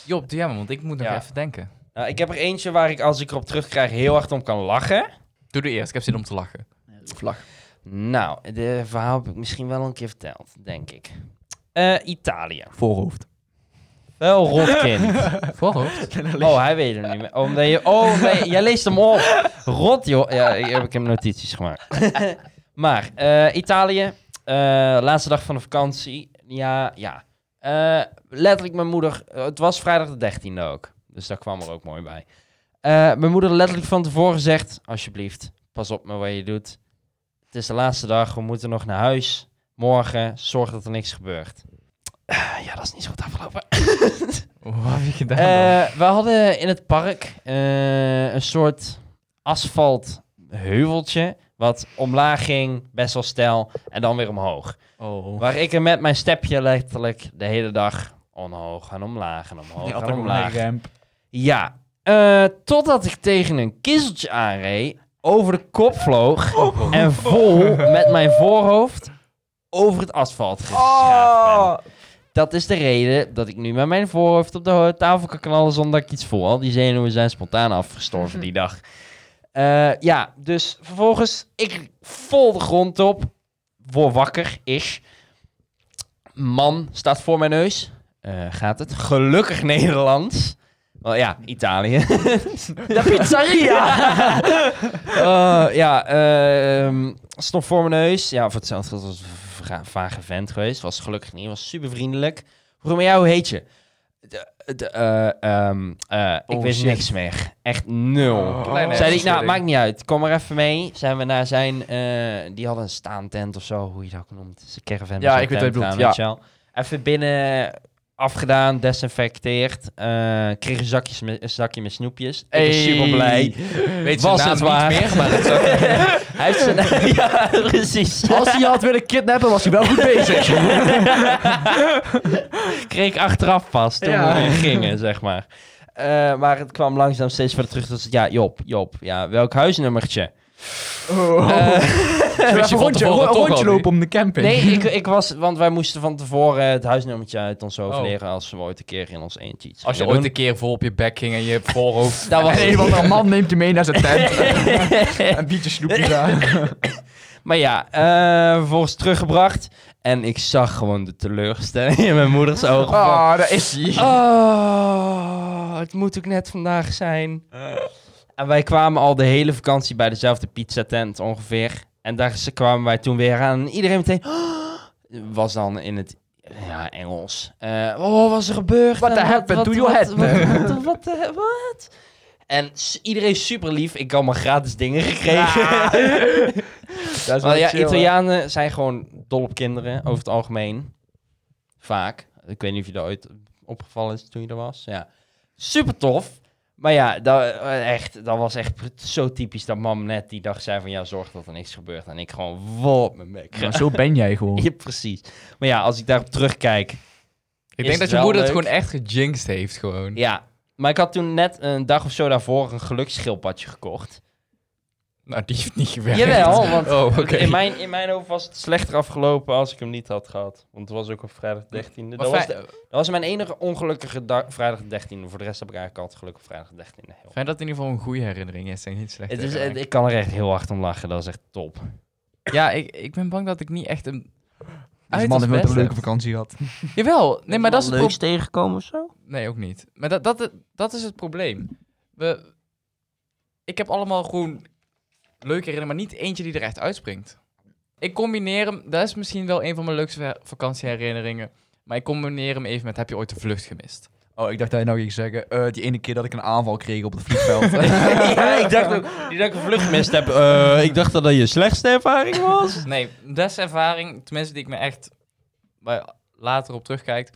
Speaker 1: Job, doe jij maar, want ik moet nog
Speaker 2: Ja.
Speaker 1: even denken.
Speaker 2: Nou, ik heb er eentje waar ik, als ik erop terugkrijg, heel hard om kan lachen.
Speaker 1: Doe de eerst, ik heb zin om te lachen.
Speaker 3: Vlag.
Speaker 2: Nou, de verhaal heb ik misschien wel een keer verteld, denk ik. Eh, Italië.
Speaker 3: Voorhoofd.
Speaker 2: Wel <laughs> rotkind.
Speaker 1: Voorhoofd?
Speaker 2: oh, hij weet het niet meer. Omdat je, oh, nee, jij leest hem op. Rot, joh. Ja, hier heb ik hem notities gemaakt. maar, eh, Italië. eh, laatste dag van de vakantie. Ja, ja. Eh, letterlijk mijn moeder... eh, Het was vrijdag de 13e ook. Dus daar kwam er ook mooi bij. Eh, mijn moeder letterlijk van tevoren gezegd... Alsjeblieft, pas op met wat je doet. Het is de laatste dag. We moeten nog naar huis. Morgen, zorg dat er niks gebeurt. Eh, ja, dat is niet zo goed afgelopen.
Speaker 1: Wat heb je gedaan?
Speaker 2: Eh, we hadden in het park eh, een soort asfalt heuveltje. Wat omlaag ging, best wel stijl. En dan weer omhoog.
Speaker 3: Oh.
Speaker 2: Waar ik er met mijn stepje letterlijk de hele dag omhoog en omlaag en omhoog en omlaag.
Speaker 1: Oh,
Speaker 3: ramp.
Speaker 2: Ja, eh, totdat ik tegen een kiezeltje aanreed, over de kop vloog
Speaker 3: Oh.
Speaker 2: en vol met mijn voorhoofd over het asfalt geschaafd
Speaker 3: Oh.
Speaker 2: ben. Dat is de reden dat ik nu met mijn voorhoofd op de ho- tafel kan knallen zonder dat ik iets voel. Al die zenuwen zijn spontaan afgestorven die dag. Eh, ja, dus vervolgens, ik vol de grond op. Word wakker, is. Man staat voor mijn neus. Eh, gaat het? Gelukkig Nederlands. Wel ja, Italië. de <laughs> pizzeria! Eh, ja, ehm stond voor mijn neus. Ja, voor hetzelfde geld was het een va- vage vent geweest. Was gelukkig niet, was super vriendelijk. Vroeg me, ja, hoe heet je? De- de, eh, ehm, eh, ik
Speaker 1: Oh,
Speaker 2: wist
Speaker 1: shit.
Speaker 2: niks meer. Echt nul.
Speaker 1: Kleine
Speaker 2: Zei hij, nou,
Speaker 1: hersenschudding.
Speaker 2: maakt niet uit. Kom maar even mee. Zijn we naar zijn... eh, die hadden een staantent of zo, hoe je dat ook noemt. Het is een caravan.
Speaker 1: Ja,
Speaker 2: zo'n
Speaker 1: ik weet wat je
Speaker 2: tent
Speaker 1: bedoelt,
Speaker 2: aan, weet je wel. Even binnen afgedaan, desinfecteerd. eh kreeg een, zakjes met, een zakje met snoepjes. Ik was
Speaker 1: Hey.
Speaker 2: super blij.
Speaker 1: Weet
Speaker 2: was
Speaker 1: zijn
Speaker 2: het
Speaker 1: naam
Speaker 2: waar?
Speaker 1: niet meer, maar dat
Speaker 3: <laughs>
Speaker 1: is ook-
Speaker 2: Hij heeft
Speaker 1: <laughs>
Speaker 2: zijn... ja, precies.
Speaker 3: Als hij je had willen kidnappen, was hij wel goed
Speaker 2: <laughs>
Speaker 3: bezig.
Speaker 2: kreeg ik achteraf pas toen
Speaker 3: Ja.
Speaker 2: we gingen, zeg maar. Eh, maar het kwam langzaam steeds verder terug. Dat ze, ja, Job, Job, ja, welk huisnummertje?
Speaker 1: Oh.
Speaker 2: Eh,
Speaker 1: Wist je
Speaker 3: een
Speaker 1: van
Speaker 3: rondje,
Speaker 1: tevoren
Speaker 3: een
Speaker 1: toch
Speaker 3: rondje
Speaker 1: al
Speaker 3: lopen om de camping.
Speaker 2: Nee,
Speaker 1: <laughs>
Speaker 2: ik, ik was, want wij moesten van tevoren het huisnummertje uit ons hoofd
Speaker 1: Oh.
Speaker 2: leren als we ooit een keer in ons eentje iets
Speaker 1: Als je
Speaker 2: gingen
Speaker 1: ooit een
Speaker 2: doen.
Speaker 1: keer vol op je bek ging en je
Speaker 3: <laughs>
Speaker 1: voorhoofd...
Speaker 2: Dat was
Speaker 3: <laughs> Nee, want een man neemt je mee naar zijn tent.
Speaker 2: <laughs>
Speaker 3: en biedt je snoepjes aan.
Speaker 2: Maar ja, eh vervolgens teruggebracht. En ik zag gewoon de teleurstelling in mijn moeders ogen. van,
Speaker 1: Oh.
Speaker 3: Ah, daar is
Speaker 2: <laughs>
Speaker 3: hij.
Speaker 2: Oh, het moet ook net vandaag zijn. En wij kwamen al de hele vakantie bij dezelfde pizzatent ongeveer. En daar ze- kwamen wij toen weer aan. En iedereen meteen... "Oh!" was dan in het ja, Engels. Eh, oh, wat is er gebeurd?
Speaker 3: What
Speaker 2: En
Speaker 3: the happened
Speaker 2: wat-
Speaker 3: to your
Speaker 2: wat-
Speaker 3: head, man?
Speaker 2: Wat? Wat? wat, eh, wat? En s- iedereen super lief. Ik had maar gratis dingen gekregen. <laughs>
Speaker 3: Dat is wel
Speaker 2: Maar ja,
Speaker 3: chill, hè?
Speaker 2: Italianen zijn gewoon dol op kinderen, over het algemeen. Vaak. Ik weet niet of je dat ooit opgevallen is toen je er was. Ja. Super tof. Maar ja, dat, eh, echt, dat was echt pr- zo typisch dat mam net die dag zei van... Ja, zorg dat er niks gebeurt. En ik gewoon vol op mijn bek.
Speaker 3: Ja, zo ben jij
Speaker 2: <laughs>
Speaker 3: gewoon.
Speaker 2: Ja, precies. Maar ja, als ik daarop terugkijk...
Speaker 1: Ik
Speaker 2: Is
Speaker 1: denk dat je
Speaker 2: wel
Speaker 1: moeder het
Speaker 2: leuk.
Speaker 1: gewoon echt gejinxed heeft, gewoon.
Speaker 2: Ja, maar ik had toen net een dag of zo daarvoor een geluksschildpadje gekocht.
Speaker 1: Nou, die heeft niet gewerkt.
Speaker 3: <laughs>
Speaker 2: Jawel, want
Speaker 1: Oh, oké.
Speaker 2: In, mijn, in mijn hoofd was het slechter afgelopen als ik hem niet had gehad. Want het was ook op vrijdag 13e.
Speaker 1: Maar
Speaker 2: Dat was,
Speaker 1: fijn,
Speaker 2: de- dat was mijn enige ongelukkige dag, vrijdag 13e. Voor de rest heb ik eigenlijk altijd geluk op vrijdag 13e. Heel.
Speaker 1: fijn dat het in ieder geval een goede herinnering is en niet slecht.
Speaker 2: Het is, het- ik kan er echt heel hard om lachen. Dat is echt
Speaker 1: <laughs>
Speaker 2: top.
Speaker 1: Ja, ik, ik ben bang dat ik niet echt een...
Speaker 3: Deze
Speaker 1: uit als
Speaker 3: Dus man heeft net een
Speaker 1: beste
Speaker 3: leuke
Speaker 1: heb.
Speaker 3: vakantie gehad.
Speaker 1: Jawel, nee, maar dat is het probleem.
Speaker 2: tegenkomen of zo?
Speaker 1: Nee, ook niet. Maar dat, dat, dat is het probleem. We, ik heb allemaal gewoon leuke herinneringen, maar niet eentje die er echt uitspringt. Ik combineer hem, dat is misschien wel een van mijn leukste ver- vakantieherinneringen. Maar ik combineer hem even met: heb je ooit de vlucht gemist?
Speaker 3: Oh, ik dacht dat je nou ging zeggen, eh, die ene keer dat ik een aanval kreeg op het
Speaker 2: <laughs>
Speaker 3: vliegveld.
Speaker 2: ja, ik dacht ook die dat ik een vlucht gemist heb. Eh, ik dacht dat dat je slechtste ervaring was.
Speaker 1: Nee, dat is ervaring, tenminste die ik me echt waar later op terugkijk,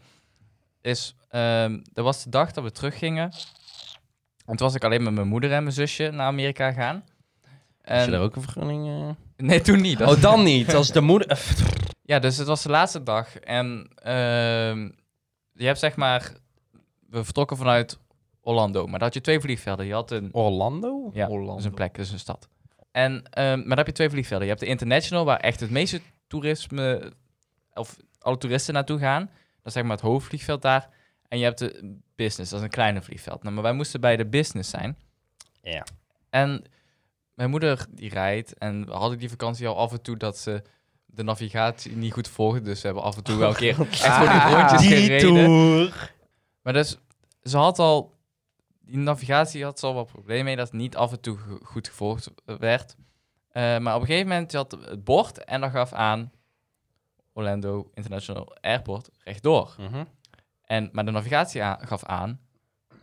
Speaker 1: is, ehm dat was de dag dat we teruggingen. En toen was ik alleen met mijn moeder en mijn zusje naar Amerika gaan.
Speaker 2: Is je
Speaker 1: En-
Speaker 2: daar ook een vergunning? eh?
Speaker 1: Nee, toen niet. Dat-
Speaker 2: Oh, dan niet. Als de moeder...
Speaker 1: Ja, dus het was de laatste dag. En ehm, je hebt zeg maar... We vertrokken vanuit Orlando. Maar daar had je twee vliegvelden. Je had een...
Speaker 2: Orlando?
Speaker 1: Ja, dat is een plek, dat is een stad. En, ehm, maar daar heb je twee vliegvelden. Je hebt de International, waar echt het meeste toerisme... Of alle toeristen naartoe gaan. Dat is zeg maar het hoofdvliegveld daar. En je hebt de Business, dat is een kleiner vliegveld. Nou, maar wij moesten bij de Business zijn.
Speaker 2: Ja.
Speaker 1: En mijn moeder die rijdt en we hadden die vakantie al af en toe dat ze de navigatie niet goed volgde. Dus we hebben af en toe wel <laughs> een keer echt gewoon Ah, die rondjes gereden.
Speaker 2: tour.
Speaker 1: Maar dus, ze had al, die navigatie had ze al wat problemen mee, dat het niet af en toe go- goed gevolgd werd. Eh, maar op een gegeven moment had het bord en dat gaf aan Orlando International Airport rechtdoor.
Speaker 2: Mhm.
Speaker 1: En, maar de navigatie a- gaf aan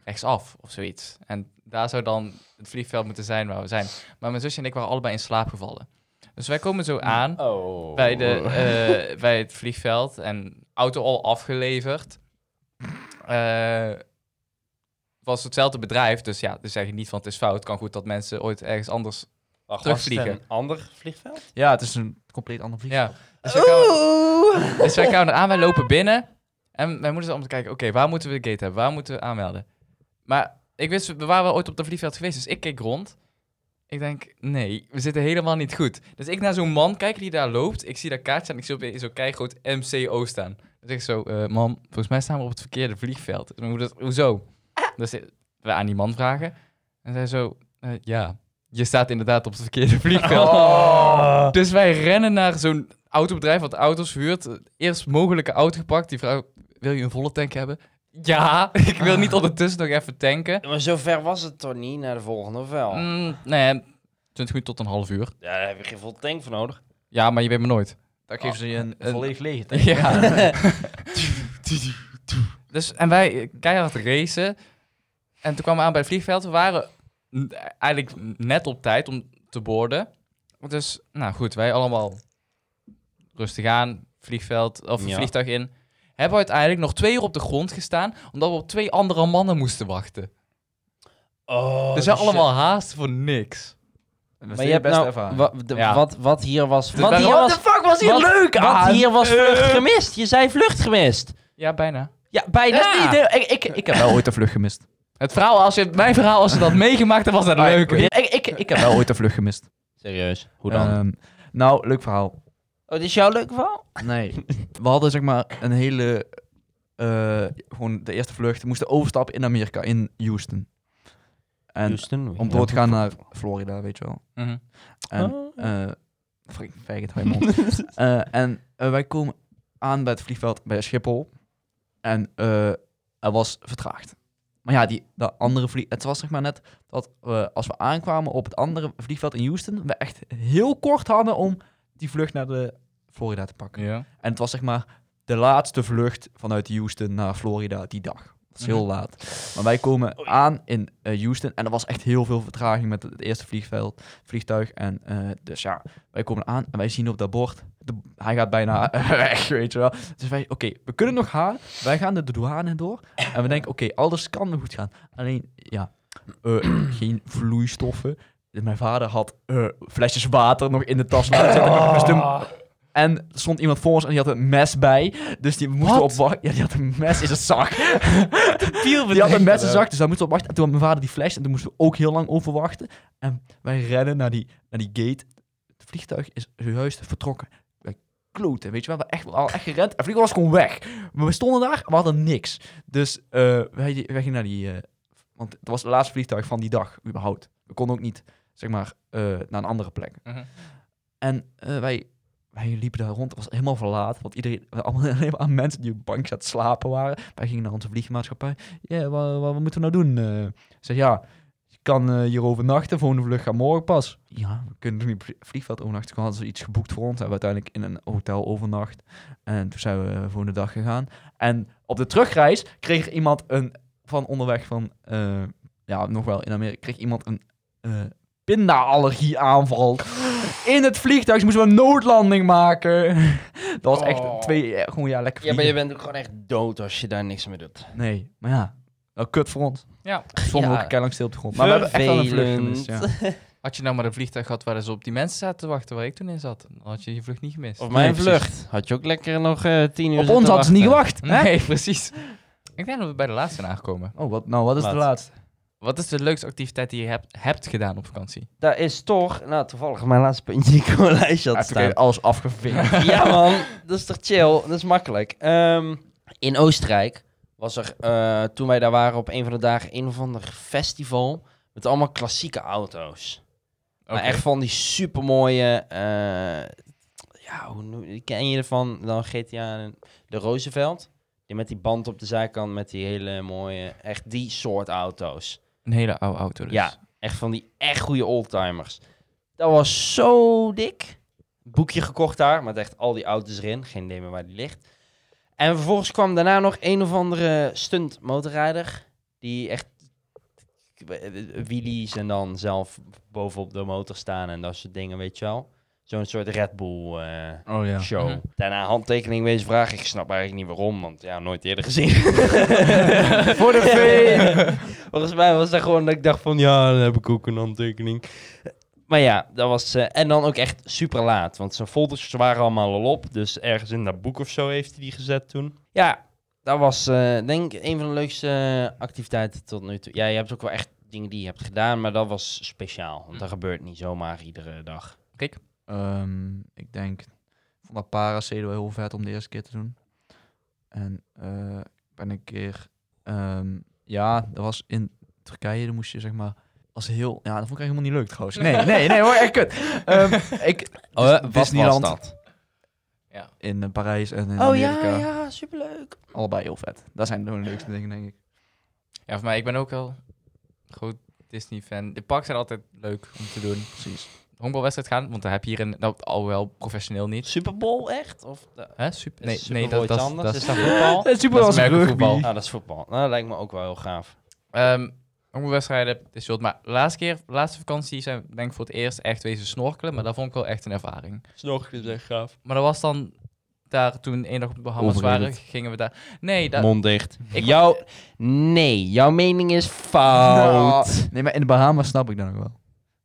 Speaker 1: rechtsaf of zoiets. En daar zou dan het vliegveld moeten zijn waar we zijn. Maar mijn zusje en ik waren allebei in slaap gevallen. Dus wij komen zo aan
Speaker 2: Oh.
Speaker 1: bij, de, eh, bij het vliegveld en auto al afgeleverd. Eh, was hetzelfde bedrijf, dus ja, dus zeg je niet van het is fout. kan goed dat mensen ooit ergens anders.
Speaker 2: Wacht,
Speaker 1: terugvliegen.
Speaker 2: was het een ander vliegveld?
Speaker 3: Ja, het is een compleet ander vliegtuig.
Speaker 1: Ja. Dus wij kwamen- Dus wij kwamen aan, wij lopen binnen. En mijn moeder zat om te kijken, oké, waar moeten we de gate hebben? Waar moeten we aanmelden? Maar ik wist, we waren wel ooit op dat vliegveld geweest, dus ik keek rond. Ik denk, nee, we zitten helemaal niet goed. Dus ik naar zo'n man kijk die daar loopt. Ik zie dat kaart staan en ik zie opeens zo'n keigroot MCO staan. Dan zeg ik zo, eh man, volgens mij staan we op het verkeerde vliegveld. En mijn moeder, hoezo? Dus ik- we aan die man vragen. En zij zo, eh, ja, je staat inderdaad op het verkeerde vliegveld.
Speaker 2: <laughs>
Speaker 1: <laughs> Dus wij rennen naar zo'n autobedrijf wat auto's huurt. Eerst mogelijke auto gepakt. Die vrouw, wil je een volle tank hebben? Ja, <laughs> ik wil
Speaker 3: Ah.
Speaker 1: niet ondertussen nog even tanken.
Speaker 2: Maar zo ver was het toch niet naar de volgende, of
Speaker 3: Oh.
Speaker 2: wel?
Speaker 1: Mm, nee, 20 minuten tot een half uur.
Speaker 2: Ja, daar heb je geen vol tank voor nodig.
Speaker 1: Ja, maar je weet me nooit. Oh.
Speaker 3: Daar geven ze je een,
Speaker 1: een-
Speaker 3: Ah, volledig leeg.
Speaker 1: <laughs> Ja. dus, en wij eh, keihard racen. En toen kwamen we aan bij het vliegveld. We waren n- eigenlijk net op tijd om te boorden. Dus, nou goed, wij allemaal rustig aan, vliegveld of
Speaker 2: Ja.
Speaker 1: vliegtuig in. Hebben we uiteindelijk nog twee uur op de grond gestaan, omdat we op twee andere mannen moesten wachten.
Speaker 2: Oh,
Speaker 1: dus we allemaal haast voor niks.
Speaker 2: Maar je hebt nou, wa- de-
Speaker 1: Ja.
Speaker 2: wat, wat hier was...
Speaker 1: Dus
Speaker 2: Wat
Speaker 1: daar-
Speaker 2: hier Eh.
Speaker 1: What
Speaker 2: was,
Speaker 3: fuck was
Speaker 2: wat, wat
Speaker 3: aan?
Speaker 2: hier was vlucht gemist. Je zei vlucht gemist.
Speaker 1: Ja, bijna.
Speaker 2: Ja, bijna.
Speaker 1: Dat is niet
Speaker 2: ik, ik, ik, heb
Speaker 3: wel ooit een vlucht gemist.
Speaker 1: Het verhaal, als je, mijn verhaal, als je dat meegemaakt, dan was dat leuk.
Speaker 2: <laughs> ik, ik, ik heb
Speaker 3: Wel ooit een vlucht gemist.
Speaker 2: Serieus, hoe dan?
Speaker 3: Ehm, nou, leuk verhaal.
Speaker 2: oh, dit is jouw leuk verhaal?
Speaker 3: Nee. <laughs> We hadden zeg maar een hele... eh, gewoon de eerste vlucht. We moesten overstappen in Amerika, in Houston. En
Speaker 2: Houston,
Speaker 3: om door te gaan naar Florida, weet je wel.
Speaker 1: Mhm.
Speaker 3: En,
Speaker 2: Oh.
Speaker 3: eh frik, faggot, hou je mond. Eh, en eh, wij komen aan bij het vliegveld bij Schiphol. En eh, er was vertraagd. Maar ja, die, dat andere vlieg... Het was zeg maar net dat we, als we aankwamen op het andere vliegveld in Houston... we echt heel kort hadden om die vlucht naar de Florida te pakken.
Speaker 1: Ja.
Speaker 3: En het was zeg maar de laatste vlucht vanuit Houston naar Florida die dag. Dat is heel
Speaker 1: Mhm.
Speaker 3: laat. Maar wij komen aan in eh, Houston en er was echt heel veel vertraging met het eerste vliegveld, vliegtuig. En eh, dus ja, wij komen aan en wij zien op dat bord, de- hij gaat bijna <laughs> weg, weet je wel. Dus wij, oké, we kunnen nog gaan. Wij gaan de douane door en we denken, oké, alles kan nog goed gaan. Alleen, ja, eh, <clears throat> geen vloeistoffen. Mijn vader had eh, flesjes water nog in de tas laten zitten. Dus toen-
Speaker 2: Ah.
Speaker 3: en er stond iemand voor ons en die had een mes bij. Dus die moesten op wachten. Ja, die had een mes in zijn zak. die had een mes in zijn zak, dus daar moesten we op wachten. En toen had mijn vader die fles en toen moesten we ook heel lang over wachten. En wij rennen naar die, naar die gate. Het vliegtuig is juist vertrokken. Wij kloten, weet je wel. We echt, we hadden echt gerend. Het vliegtuig was gewoon weg. Maar we stonden daar, we hadden niks. Dus eh, wij, wij gingen naar die... eh, want het was het laatste vliegtuig van die dag, überhaupt. We konden ook niet, zeg maar, eh, naar een andere plek.
Speaker 1: Mhm.
Speaker 3: En eh, wij, wij liepen daar rond. Het was helemaal verlaat. Want iedereen, <laughs> we allemaal alleen maar aan mensen die op de bank zaten slapen waren. Wij gingen naar onze vliegmaatschappij. Ja, wa- wa- wat moeten we nou doen? Eh, ik zeg, ja, je kan eh, hier overnachten. Volgende vlucht gaat morgen pas. Ja, we kunnen niet op het vliegveld overnachten. Toen hadden ze iets geboekt voor ons. Hebben we uiteindelijk in een hotel overnacht. En toen zijn we de volgende dag gegaan. En op de terugreis kreeg er iemand een, van onderweg van, eh, ja, nog wel in Amerika, kreeg iemand een eh pindaallergie aanval.
Speaker 2: <gasps>
Speaker 3: In het vliegtuig Ze moesten we een noodlanding maken. <laughs> Dat was echt
Speaker 2: Oh.
Speaker 3: twee, eh, gewoon ja, lekker
Speaker 2: Ja, maar je
Speaker 3: vliegen.
Speaker 2: bent ook gewoon echt dood als je daar niks mee doet.
Speaker 3: Nee, maar ja, wel kut voor ons.
Speaker 1: Ja.
Speaker 3: Stonden
Speaker 2: Ja.
Speaker 3: ook keilang stil op de grond. Maar we hebben echt wel een vlucht gemist, ja.
Speaker 1: Had je nou maar een vliegtuig gehad waar ze op die mensen zaten te wachten waar ik toen in zat, dan had je je vlucht niet gemist.
Speaker 2: Of mijn
Speaker 3: Nee, precies.
Speaker 2: vlucht. Had je ook lekker nog eh, tien uur
Speaker 3: Op ons hadden ze niet gewacht. hè?
Speaker 1: <laughs> Nee, precies. Ik denk dat we bij de laatste zijn aangekomen.
Speaker 3: <laughs> Oh, wat, nou, wat is
Speaker 2: Laat.
Speaker 3: de laatste?
Speaker 1: Wat is de leukste activiteit die je hebt, hebt gedaan op vakantie?
Speaker 2: Daar is toch, nou toevallig, mijn laatste puntje die ik op mijn lijstje had
Speaker 3: Hij
Speaker 2: staan.
Speaker 3: heeft alles <laughs> afgevinkt.
Speaker 2: ja man, dat is toch chill? Dat is makkelijk. Ehm, in Oostenrijk was er, eh, toen wij daar waren op een van de dagen, een of ander festival met allemaal klassieke auto's. Maar Nou, echt van die supermooie... eh ja, hoe noem- ken je ervan dan GTA en de Roosevelt? Die met die band op de zijkant met die hele mooie... Echt die soort auto's.
Speaker 1: Een hele oude auto dus. <laughs>
Speaker 2: Ja, echt van die echt goede oldtimers. Dat was zo dik. Boekje gekocht daar, met echt al die auto's erin. Geen idee meer waar die ligt. En vervolgens kwam daarna nog een of andere stunt motorrijder. Die echt wheelies en dan zelf bovenop de motor staan en dat soort dingen, weet je wel. Zo'n soort Red Bull eh,
Speaker 3: Oh ja.
Speaker 2: show.
Speaker 1: Mhm.
Speaker 2: Daarna handtekening wezen vragen. Ik snap eigenlijk niet waarom, want ja, nooit eerder gezien.
Speaker 4: Voor de fame.
Speaker 2: Volgens mij was dat gewoon dat ik dacht van ja, dan heb ik ook een handtekening. Maar ja, dat was. eh, en dan ook echt super laat. Want zijn folders waren allemaal al op. Dus ergens in dat boek of zo heeft hij die gezet toen. Ja, dat was eh, denk ik een van de leukste eh, activiteiten tot nu toe. Ja, je hebt ook wel echt dingen die je hebt gedaan. Maar dat was speciaal. Want dat gebeurt niet zomaar iedere dag.
Speaker 3: Ehm, ik denk, ik vond dat Paracede wel heel vet om de eerste keer te doen. En eh, ik ben een keer, ehm, ja, dat was in Turkije, dan moest je zeg maar, als heel, ja, dat vond ik eigenlijk helemaal niet leuk trouwens. Nee, nee, nee hoor, echt <laughs> kut.
Speaker 2: <laughs>
Speaker 3: Ehm, ik,
Speaker 2: Eh,
Speaker 3: Dis-
Speaker 2: wat
Speaker 3: Disneyland
Speaker 2: was dat?
Speaker 3: in eh, Parijs en in
Speaker 2: Oh
Speaker 3: Amerika,
Speaker 2: ja, ja, superleuk.
Speaker 3: allebei heel vet. Dat zijn de leukste dingen, denk ik.
Speaker 1: Ja, voor mij, ik ben ook wel groot Disney-fan. De parks zijn altijd leuk om te doen.
Speaker 3: Precies.
Speaker 1: Honkbalwedstrijd gaan, want daar heb je hier een... Dat al wel professioneel niet.
Speaker 2: Super Bowl echt? Of de-
Speaker 1: Hè? Super, nee,
Speaker 2: is
Speaker 1: nee,
Speaker 2: Super Bowl
Speaker 1: dat,
Speaker 2: iets
Speaker 1: dat, is-
Speaker 2: anders?
Speaker 1: dat
Speaker 2: is
Speaker 1: is...
Speaker 2: dat <laughs> voetbal?
Speaker 3: super
Speaker 1: als merkenvoetbal.
Speaker 2: Nou, dat is voetbal. Nou, dat lijkt me ook wel heel gaaf.
Speaker 1: Ehm, honkbalwedstrijden, dit soort. Maar laatste keer, laatste vakantie, zijn we denk ik voor het eerst echt wezen snorkelen. Maar dat vond ik wel echt een ervaring.
Speaker 2: Snorkelen zeg gaaf.
Speaker 1: Maar dat was dan... Daar, toen één dag op de Bahamas waren,
Speaker 3: Overrated.
Speaker 1: gingen we daar... Nee, dat...
Speaker 2: Mond dicht.
Speaker 1: Ik-
Speaker 2: jouw, nee, jouw mening is fout.
Speaker 3: Nee, maar in de Bahamas snap ik dan ook wel.
Speaker 2: Nou,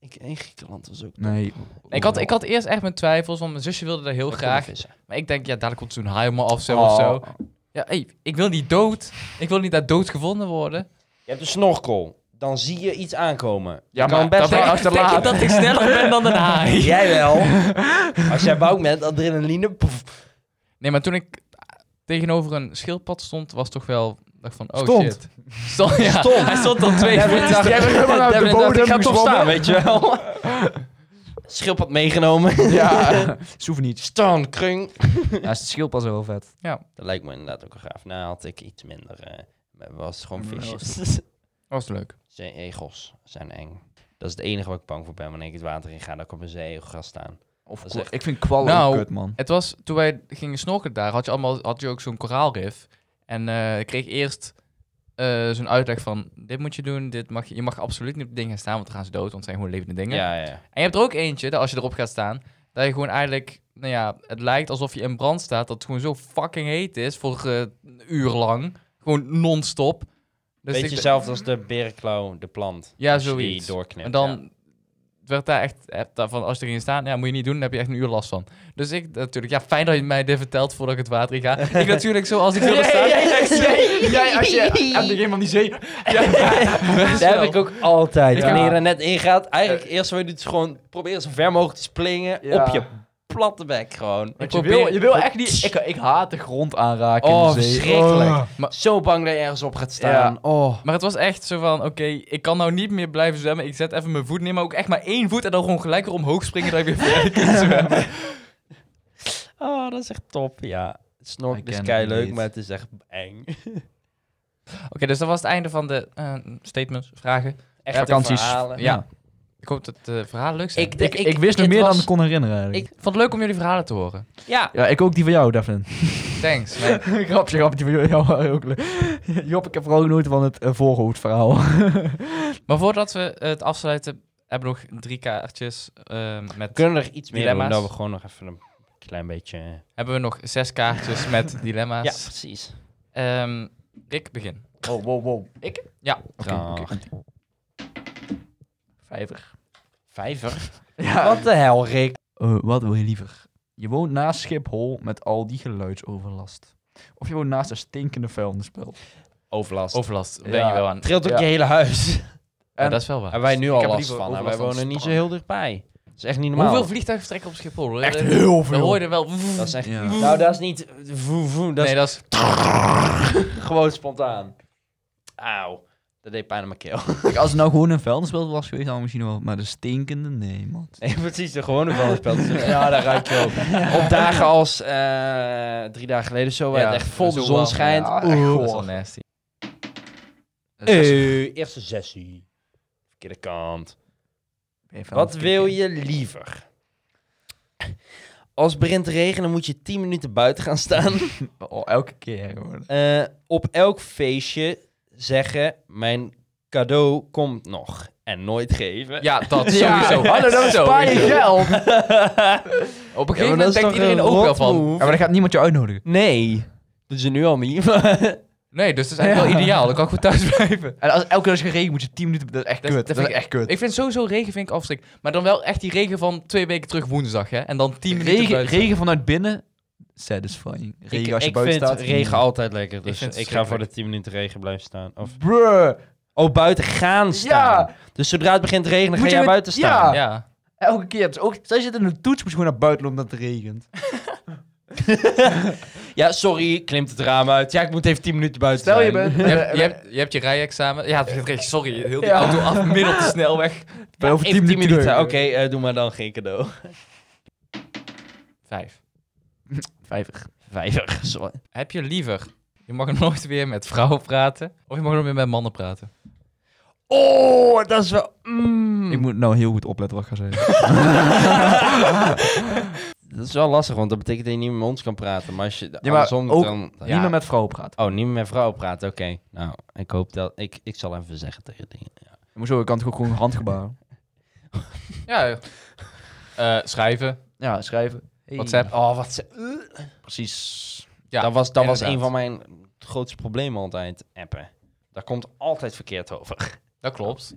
Speaker 2: Ik, in Griekenland was ook.
Speaker 3: Nee.
Speaker 1: Ik had, ik had eerst echt mijn twijfels, want mijn zusje wilde daar heel graag. Maar ik denk, ja, dadelijk komt zo'n haai om me af zo
Speaker 3: Oh.
Speaker 1: of zo. Ja, hey, ik wil niet dood. Ik wil niet daar dood gevonden worden.
Speaker 2: Je hebt een snorkel. Dan zie je iets aankomen.
Speaker 3: Ja,
Speaker 2: je kan
Speaker 3: maar
Speaker 2: best
Speaker 3: dat
Speaker 2: wel
Speaker 3: ben
Speaker 1: ik <laughs> denk je dat ik sneller ben dan een haai.
Speaker 2: <laughs> Jij wel. Als jij bouwt met adrenaline. poef.
Speaker 1: Nee, maar toen ik eh, tegenover een schildpad stond, was toch wel... dacht van, oh
Speaker 3: Stond.
Speaker 1: shit. Stond. Ja,
Speaker 2: Stond.
Speaker 1: Hij stond al twee
Speaker 2: Jij bent
Speaker 1: voeten.
Speaker 2: daar-
Speaker 3: Jij bent helemaal uit de
Speaker 2: jij bent daar- Ik
Speaker 3: bodem
Speaker 2: ga toch
Speaker 3: gezwommen.
Speaker 2: staan, weet je wel. <laughs> Schildpad meegenomen.
Speaker 3: <laughs> <laughs> Ja, souvenirs.
Speaker 2: <laughs> Staan, krung.
Speaker 3: Ja, is het schildpad is wel vet.
Speaker 2: Dat lijkt me inderdaad ook wel gaaf. Nou, had ik iets minder. eh, maar het was gewoon
Speaker 3: Ja,
Speaker 2: visjes.
Speaker 1: was leuk.
Speaker 2: <laughs> Zijn egels zijn eng. Dat is het enige waar ik bang voor ben wanneer ik het water in ga. Dat ik op een zeeegel ga staan.
Speaker 3: Of
Speaker 2: Dat is
Speaker 3: kwa-
Speaker 2: echt-
Speaker 3: Ik vind kwallen
Speaker 1: Nou,
Speaker 3: ook kut, man.
Speaker 1: Het was, toen wij gingen snorkelen daar, had je, allemaal, had je ook zo'n koraalrif. En eh, ik kreeg eerst eh, zo'n uitleg van, dit moet je doen, dit mag je, je mag absoluut niet op dingen staan, want dan gaan ze dood, want het zijn gewoon levende dingen.
Speaker 2: Ja, ja.
Speaker 1: En je hebt er ook eentje, dat als je erop gaat staan, dat je gewoon eigenlijk, nou ja, het lijkt alsof je in brand staat, dat het gewoon zo fucking heet is voor eh, een uur lang. Gewoon non-stop. Dus
Speaker 2: Beetje
Speaker 1: ik-
Speaker 2: hetzelfde als de berenklauw, de plant.
Speaker 1: Ja,
Speaker 2: Als je
Speaker 1: zoiets.
Speaker 2: Die doorknipt.
Speaker 1: En dan <laughs>
Speaker 2: ja.
Speaker 1: werd daar echt, eh, daarvan, als je erin staat, ja, moet je niet doen, dan heb je echt een uur last van. Dus ik natuurlijk, ja, fijn dat je mij dit vertelt voordat ik het water in
Speaker 2: <laughs>
Speaker 1: ga. ik natuurlijk zo, als ik wilde staan.
Speaker 3: Jij, als je <laughs> aan de van die zee...
Speaker 2: Dat heb ik ook altijd.
Speaker 1: Ja.
Speaker 2: Wanneer je er net in gaat, eigenlijk eerst wat je doet is gewoon proberen zo ver mogelijk te springen
Speaker 3: Ja.
Speaker 2: op je platte bek gewoon.
Speaker 1: Ik
Speaker 3: je,
Speaker 1: probeer-
Speaker 3: wil, je wil echt niet... Ik, ik haat de grond aanraken
Speaker 2: Oh,
Speaker 3: in de zee.
Speaker 2: verschrikkelijk.
Speaker 3: Oh.
Speaker 1: Maar-
Speaker 2: Zo bang dat je ergens op gaat staan.
Speaker 3: Ja.
Speaker 2: Oh.
Speaker 1: Maar het was echt zo van, oké, ik kan nou niet meer blijven zwemmen. Ik zet even mijn voet neer, maar ook echt maar één voet en dan gewoon gelijk weer omhoog springen dat ik
Speaker 2: <laughs>
Speaker 1: weer verder kan zwemmen.
Speaker 2: oh, dat is echt top. Ja. Snork
Speaker 3: Ik
Speaker 2: is
Speaker 3: ken
Speaker 2: kei
Speaker 3: het
Speaker 2: leuk,
Speaker 3: niet.
Speaker 2: maar het is echt eng.
Speaker 1: Oké, dus dat was het einde van de eh, statements, vragen.
Speaker 2: Echt
Speaker 3: vakanties.
Speaker 2: verhalen.
Speaker 1: Ja. Ik hoop dat de verhalen leuk zijn.
Speaker 2: Ik,
Speaker 1: Ik,
Speaker 2: de-
Speaker 3: Ik, ik wist nog
Speaker 2: het
Speaker 3: meer
Speaker 2: was-
Speaker 3: dan ik kon herinneren eigenlijk.
Speaker 1: vond het leuk om jullie verhalen te horen.
Speaker 2: Ja,
Speaker 3: Ja, ik ook die van jou, Devin.
Speaker 1: Thanks.
Speaker 2: <laughs>
Speaker 1: Nee,
Speaker 3: <laughs> grapje, grapje, die van jou waren ook leuk. Job, ik heb vooral genoten van het eh, <laughs> voorhoofdverhaal.
Speaker 1: maar voordat we eh, het afsluiten, hebben we nog drie kaartjes. ehm, met,
Speaker 2: We kunnen er iets meer
Speaker 1: Dilemma's.
Speaker 2: doen, dat we gewoon nog even een klein beetje... eh,
Speaker 1: hebben we nog zes kaartjes
Speaker 2: <laughs>
Speaker 1: met
Speaker 2: Ja,
Speaker 1: dilemma's.
Speaker 2: precies.
Speaker 1: Ehm, Rick, begin.
Speaker 3: Wow, wow, wow.
Speaker 1: Ik? Ja.
Speaker 2: Dag.
Speaker 3: Vijver.
Speaker 2: Vijver?
Speaker 3: Ja.
Speaker 2: Wat de hel, Rick?
Speaker 3: Eh, wat wil je liever? Je woont naast Schiphol met al die geluidsoverlast. Of je woont naast een stinkende vuilnisbelt.
Speaker 2: Overlast.
Speaker 1: Overlast, ben
Speaker 3: Ja.
Speaker 1: je wel aan.
Speaker 2: Trilt ook
Speaker 3: Ja.
Speaker 2: je hele <laughs> huis.
Speaker 1: Ja,
Speaker 3: En-
Speaker 1: dat is wel waar.
Speaker 2: En wij nu al
Speaker 3: heb
Speaker 2: last
Speaker 3: liever
Speaker 2: van. En wij
Speaker 3: overlast dan
Speaker 2: wonen niet zo
Speaker 3: stank.
Speaker 2: heel dichtbij. Dat is echt niet normaal.
Speaker 1: Hoeveel vliegtuigen vertrekken op Schiphol?
Speaker 3: Echt
Speaker 1: Eh,
Speaker 3: heel
Speaker 1: Dan hoor
Speaker 3: veel.
Speaker 1: je er wel... Mm.
Speaker 2: Dat is echt...
Speaker 3: Ja.
Speaker 2: Nou, dat is niet... Voe, voe, dat
Speaker 1: nee, dat is...
Speaker 2: is gewoon spontaan. Auw. Dat deed pijn aan mijn keel.
Speaker 3: Kijk, als het nou gewoon een vuilnisbelt was geweest, dan misschien wel. Maar de stinkende, nee, man.
Speaker 2: <laughs> Nee, precies, de gewone vuilnisbelt. <laughs> ja, daar ruik je op. <laughs> Op dagen als eh, drie dagen geleden zo, waar
Speaker 1: Ja,
Speaker 2: het echt vol
Speaker 1: zo
Speaker 2: de zon
Speaker 1: warm.
Speaker 2: schijnt.
Speaker 1: Ja,
Speaker 2: Oeh.
Speaker 1: echt, Oh, dat is wel nasty.
Speaker 2: Eh, eerste sessie. Verkeerde kant. Wat wil je liever? Als het begint te regenen, moet je 10 minuten buiten gaan staan.
Speaker 3: Oh, elke keer, hoor.
Speaker 2: Eh, op elk feestje zeggen: Mijn cadeau komt nog. En nooit geven.
Speaker 1: Ja, dat
Speaker 2: <laughs> Ja.
Speaker 1: sowieso.
Speaker 2: Hallo, dan
Speaker 1: Sowieso.
Speaker 2: spaar je <laughs>
Speaker 3: geld.
Speaker 1: Op een
Speaker 2: Ja,
Speaker 1: gegeven
Speaker 2: maar dat is
Speaker 1: moment denkt
Speaker 2: toch
Speaker 1: iedereen
Speaker 2: een
Speaker 1: ook wel
Speaker 2: rot
Speaker 1: van...
Speaker 2: move?
Speaker 3: Ja, maar dan gaat niemand je uitnodigen.
Speaker 2: Nee. Dat is er nu al niet. maar-
Speaker 1: Nee, dus dat is eigenlijk
Speaker 3: Ja.
Speaker 1: wel ideaal. Dan kan ik goed
Speaker 2: <laughs>
Speaker 1: thuis blijven.
Speaker 3: En als, elke keer als je regen moet je 10 minuten... Dat is echt
Speaker 1: Dat-
Speaker 3: kut.
Speaker 1: dat
Speaker 3: Dat,
Speaker 1: vind
Speaker 3: is echt kut.
Speaker 1: Ik vind sowieso regen vind ik afstrik. Maar dan wel echt die regen van twee weken terug woensdag, hè. En dan tien minuten
Speaker 3: Regen,
Speaker 1: buiten.
Speaker 3: regen vanuit binnen, satisfying. Regen
Speaker 2: ik
Speaker 3: als je
Speaker 2: ik
Speaker 3: buiten
Speaker 2: vind
Speaker 3: staat.
Speaker 2: regen altijd lekker.
Speaker 1: vind
Speaker 2: Dus
Speaker 1: het
Speaker 2: ik, ga voor de
Speaker 1: verschrikkelijk.
Speaker 2: 10 minuten regen blijven staan. Of,
Speaker 3: Bruh,
Speaker 2: oh, buiten gaan staan.
Speaker 3: Ja.
Speaker 2: Dus zodra het begint te regenen, ga
Speaker 3: Moet je
Speaker 2: jij
Speaker 3: met-
Speaker 2: buiten
Speaker 3: Ja.
Speaker 2: staan.
Speaker 1: Ja.
Speaker 3: elke keer. Het is ook, zij zitten in een toets, moet je gewoon naar buiten lopen omdat het regent.
Speaker 2: Ja, sorry, klimt het raam uit. Ja, ik moet even 10 minuten buiten
Speaker 3: Stel je
Speaker 2: zijn.
Speaker 3: <laughs> bent...
Speaker 1: Je hebt je, hebt, je, hebt je rijexamen. Ja, het begint regen. sorry. Heel die
Speaker 3: Ja.
Speaker 1: auto af, midden op de snelweg.
Speaker 3: bij over 10
Speaker 2: Even 10 minuten. Oké,
Speaker 3: terug.
Speaker 2: eh, doe maar dan geen cadeau.
Speaker 1: Vijf.
Speaker 3: Vijfig.
Speaker 2: Vijfig, sorry.
Speaker 1: Heb je liever... Je mag <laughs> nooit weer met vrouwen praten. Of je mag nooit meer met mannen praten.
Speaker 2: Oh, dat is wel... mm.
Speaker 3: Ik moet nou heel goed opletten wat ik ga zeggen.
Speaker 2: Dat is wel lastig, want dat betekent dat je niet meer met ons kan praten. Maar als je
Speaker 3: maar
Speaker 2: andersom
Speaker 3: ook
Speaker 2: dan... ja.
Speaker 3: Niet meer met vrouwen praten.
Speaker 2: Oh, niet meer met vrouwen praten, oké. Nou, ik hoop dat... Ik, ik zal even zeggen tegen dingen.
Speaker 3: Maar zo, ik kan toch ook gewoon handgebaren.
Speaker 1: Ja. Eh, schrijven.
Speaker 3: Ja, schrijven.
Speaker 1: WhatsApp.
Speaker 2: Oh, wat... ze-
Speaker 3: Precies.
Speaker 1: Ja,
Speaker 2: dat was, dat was
Speaker 1: inderdaad.
Speaker 2: een van mijn grootste problemen altijd, appen. Daar komt altijd verkeerd over.
Speaker 1: Dat klopt.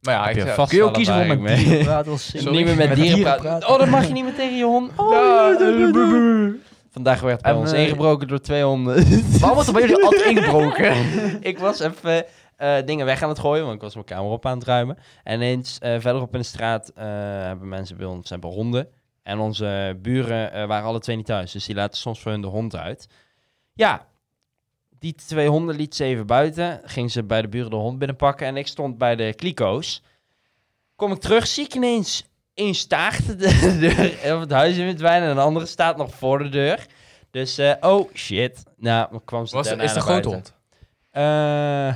Speaker 1: Maar ja, ik zeg-
Speaker 3: Kun je ook kiezen voor met dieren praten als
Speaker 1: Sorry?
Speaker 2: Niet meer met,
Speaker 3: Met
Speaker 2: dieren,
Speaker 3: dieren
Speaker 2: praten. Oh, dat mag je niet meer tegen je hond. Oh,
Speaker 3: Ja,
Speaker 2: doe, doe, doe.
Speaker 3: eh,
Speaker 2: Vandaag werd bij
Speaker 3: En,
Speaker 2: ons
Speaker 3: eh,
Speaker 2: ingebroken door twee
Speaker 3: <laughs>
Speaker 2: honden.
Speaker 3: Waarom wordt er bij jullie altijd ingebroken?
Speaker 2: <laughs> ik was even eh, dingen weg aan het gooien, want ik was mijn kamer op aan het ruimen. En eens eh, verderop in de straat eh, hebben mensen bij ons hebben honden. En onze buren eh, waren alle twee niet thuis, dus die laten soms voor hun de hond uit. Ja, die twee honden liet ze even buiten. Ging ze bij de buren de hond binnenpakken en ik stond bij de kliko's. Kom ik terug, zie ik ineens één staart de <laughs> deur of het huis in verdwijnen en een andere staat nog voor de deur. Dus, eh, oh shit. Nou, kwam ze
Speaker 1: was, is
Speaker 2: daarna
Speaker 1: het een
Speaker 2: naar
Speaker 1: grote
Speaker 2: buiten.
Speaker 1: hond?
Speaker 2: Eh,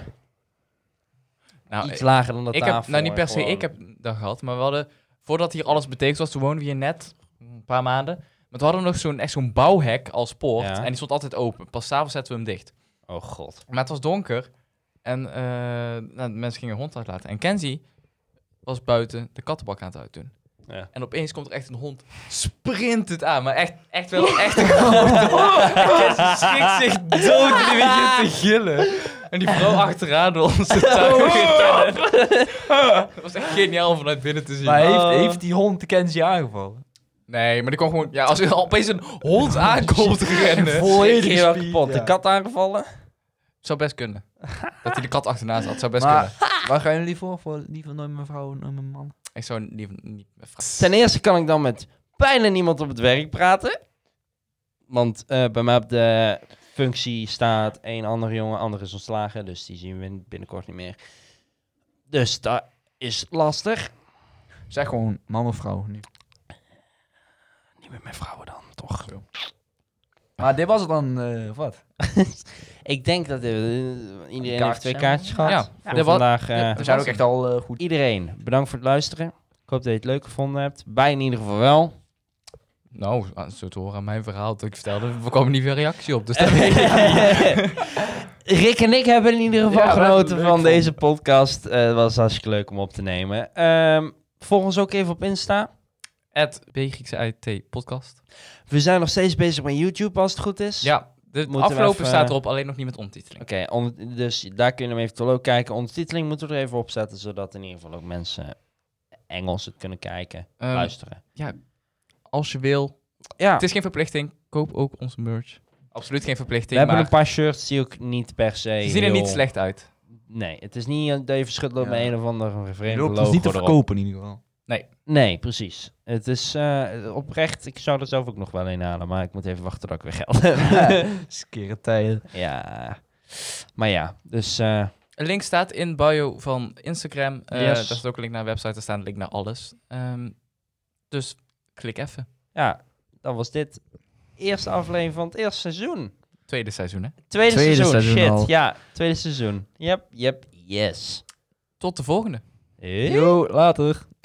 Speaker 1: Nou,
Speaker 2: iets lager dan de
Speaker 1: ik
Speaker 2: tafel.
Speaker 1: heb, nou niet per
Speaker 2: eh,
Speaker 1: se,
Speaker 2: gewoon.
Speaker 1: ik heb dat gehad, maar we hadden, voordat hier alles betekend was, toen woonden we hier net, een paar maanden, maar toen hadden we nog zo'n, echt zo'n bouwhek als poort,
Speaker 2: Ja.
Speaker 1: en die stond altijd open. Pas s'avonds zetten we hem dicht.
Speaker 2: Oh god. <laughs>
Speaker 1: Maar het was donker, en eh, nou, de mensen gingen hun hond uitlaten. En Kenzie was buiten de kattenbak aan het uitdoen.
Speaker 2: Ja.
Speaker 1: En opeens komt er echt een hond, sprint het aan, maar echt, echt wel
Speaker 3: <laughs>
Speaker 1: echt een grote hond. En Kenzie schrikt zich dood
Speaker 3: <laughs>
Speaker 1: en die begint te gillen. En die vrouw achteraan door onze
Speaker 3: Oh.
Speaker 1: tuin.
Speaker 3: <laughs>
Speaker 1: Het was echt geniaal om vanuit binnen te zien.
Speaker 3: Maar
Speaker 2: Oh.
Speaker 3: heeft, heeft die hond de Kenzie aangevallen?
Speaker 1: Nee, maar die kon gewoon... Ja, als er opeens een hond
Speaker 3: <laughs>
Speaker 1: aankomt rennen...
Speaker 2: Volledig
Speaker 3: Schrik je
Speaker 2: helemaal
Speaker 3: spier,
Speaker 2: kapot.
Speaker 3: ja.
Speaker 2: De kat aangevallen?
Speaker 1: Zou best kunnen. Dat hij de kat achterna zat, zou best kunnen.
Speaker 3: Maar <laughs> waar gaan jullie voor? Voor liever nooit mijn vrouw, nooit mijn man.
Speaker 1: Ik zou liever niet... meer vragen.
Speaker 2: Ten eerste kan ik dan met bijna niemand op het werk praten. Want eh, bij mij op de functie staat één andere jongen, ander is ontslagen. Dus die zien we binnenkort niet meer. Dus dat is lastig.
Speaker 3: Zeg gewoon man of vrouw nu.
Speaker 2: Niet met mijn vrouwen dan, toch?
Speaker 3: Maar dit was het dan, eh, of wat?
Speaker 2: Ik denk dat eh, iedereen heeft
Speaker 3: kaartjes,
Speaker 2: twee
Speaker 3: hè?
Speaker 2: kaartjes gehad.
Speaker 1: Ja.
Speaker 2: Voor
Speaker 1: Ja, wat-
Speaker 2: vandaag. eh,
Speaker 1: Ja,
Speaker 3: We
Speaker 1: dat
Speaker 3: zijn
Speaker 1: was
Speaker 3: ook echt al eh, goed.
Speaker 2: Iedereen, bedankt voor het luisteren. Ik hoop dat je het leuk gevonden hebt. Wij in ieder geval wel.
Speaker 1: Nou, aan- zo te horen aan mijn verhaal dat ik vertelde, we kwamen niet weer reactie op. Dus
Speaker 2: <laughs>
Speaker 1: dat weet ik.
Speaker 2: Rick en ik hebben in ieder geval
Speaker 3: Ja, we hebben
Speaker 2: genoten
Speaker 3: het leuk
Speaker 2: van
Speaker 3: gevonden.
Speaker 2: deze podcast. Eh, Het was hartstikke leuk om op te nemen. Ehm, volg ons ook even op Insta.
Speaker 1: At B Griekse IT podcast.
Speaker 2: We zijn nog steeds bezig met YouTube als het goed is.
Speaker 1: Ja, de
Speaker 2: Moeten we
Speaker 1: afgelopen
Speaker 2: even- eh,
Speaker 1: staat erop, alleen nog niet met omtiteling.
Speaker 2: Oké, onder- dus daar kun je hem eventueel ook kijken. Ondertiteling moeten we er even op zetten, zodat in ieder geval ook mensen Engels het kunnen kijken,
Speaker 1: Ehm,
Speaker 2: luisteren.
Speaker 1: als je wil,
Speaker 2: Ja,
Speaker 1: het is geen verplichting, koop ook onze merch. Absoluut geen
Speaker 2: we
Speaker 1: verplichting,
Speaker 2: hebben een
Speaker 1: maar
Speaker 2: paar shirts die ook niet per se...
Speaker 1: ze zien er niet
Speaker 2: heel-
Speaker 1: slecht uit.
Speaker 2: Nee, het is niet eh, dat je verschut loopt
Speaker 3: Ja.
Speaker 2: met een of andere
Speaker 3: Je
Speaker 2: vreemde
Speaker 3: loopt
Speaker 2: logo
Speaker 3: ons niet te
Speaker 2: erop.
Speaker 3: verkopen in ieder <laughs> geval.
Speaker 2: Nee, precies. Het is eh, oprecht. Ik zou er zelf ook nog wel een halen, maar ik moet even wachten <laughs> tot ik weer geld heb.
Speaker 3: Skere tijden.
Speaker 2: ja. Maar ja, dus eh,
Speaker 1: Een link staat in bio van Instagram. Eh,
Speaker 2: Yes.
Speaker 1: Daar staat ook een link naar een website. Daar staat een link naar alles. Ehm, dus klik even.
Speaker 2: Ja, dan was dit eerste aflevering van het eerste seizoen.
Speaker 1: Tweede seizoen, hè?
Speaker 2: Tweede,
Speaker 3: Tweede
Speaker 2: seizoen,
Speaker 3: seizoen
Speaker 2: shit.
Speaker 3: al.
Speaker 2: Ja, tweede seizoen. Yep, yep, yes.
Speaker 1: Tot de volgende.
Speaker 2: Hey.
Speaker 3: Yo, later.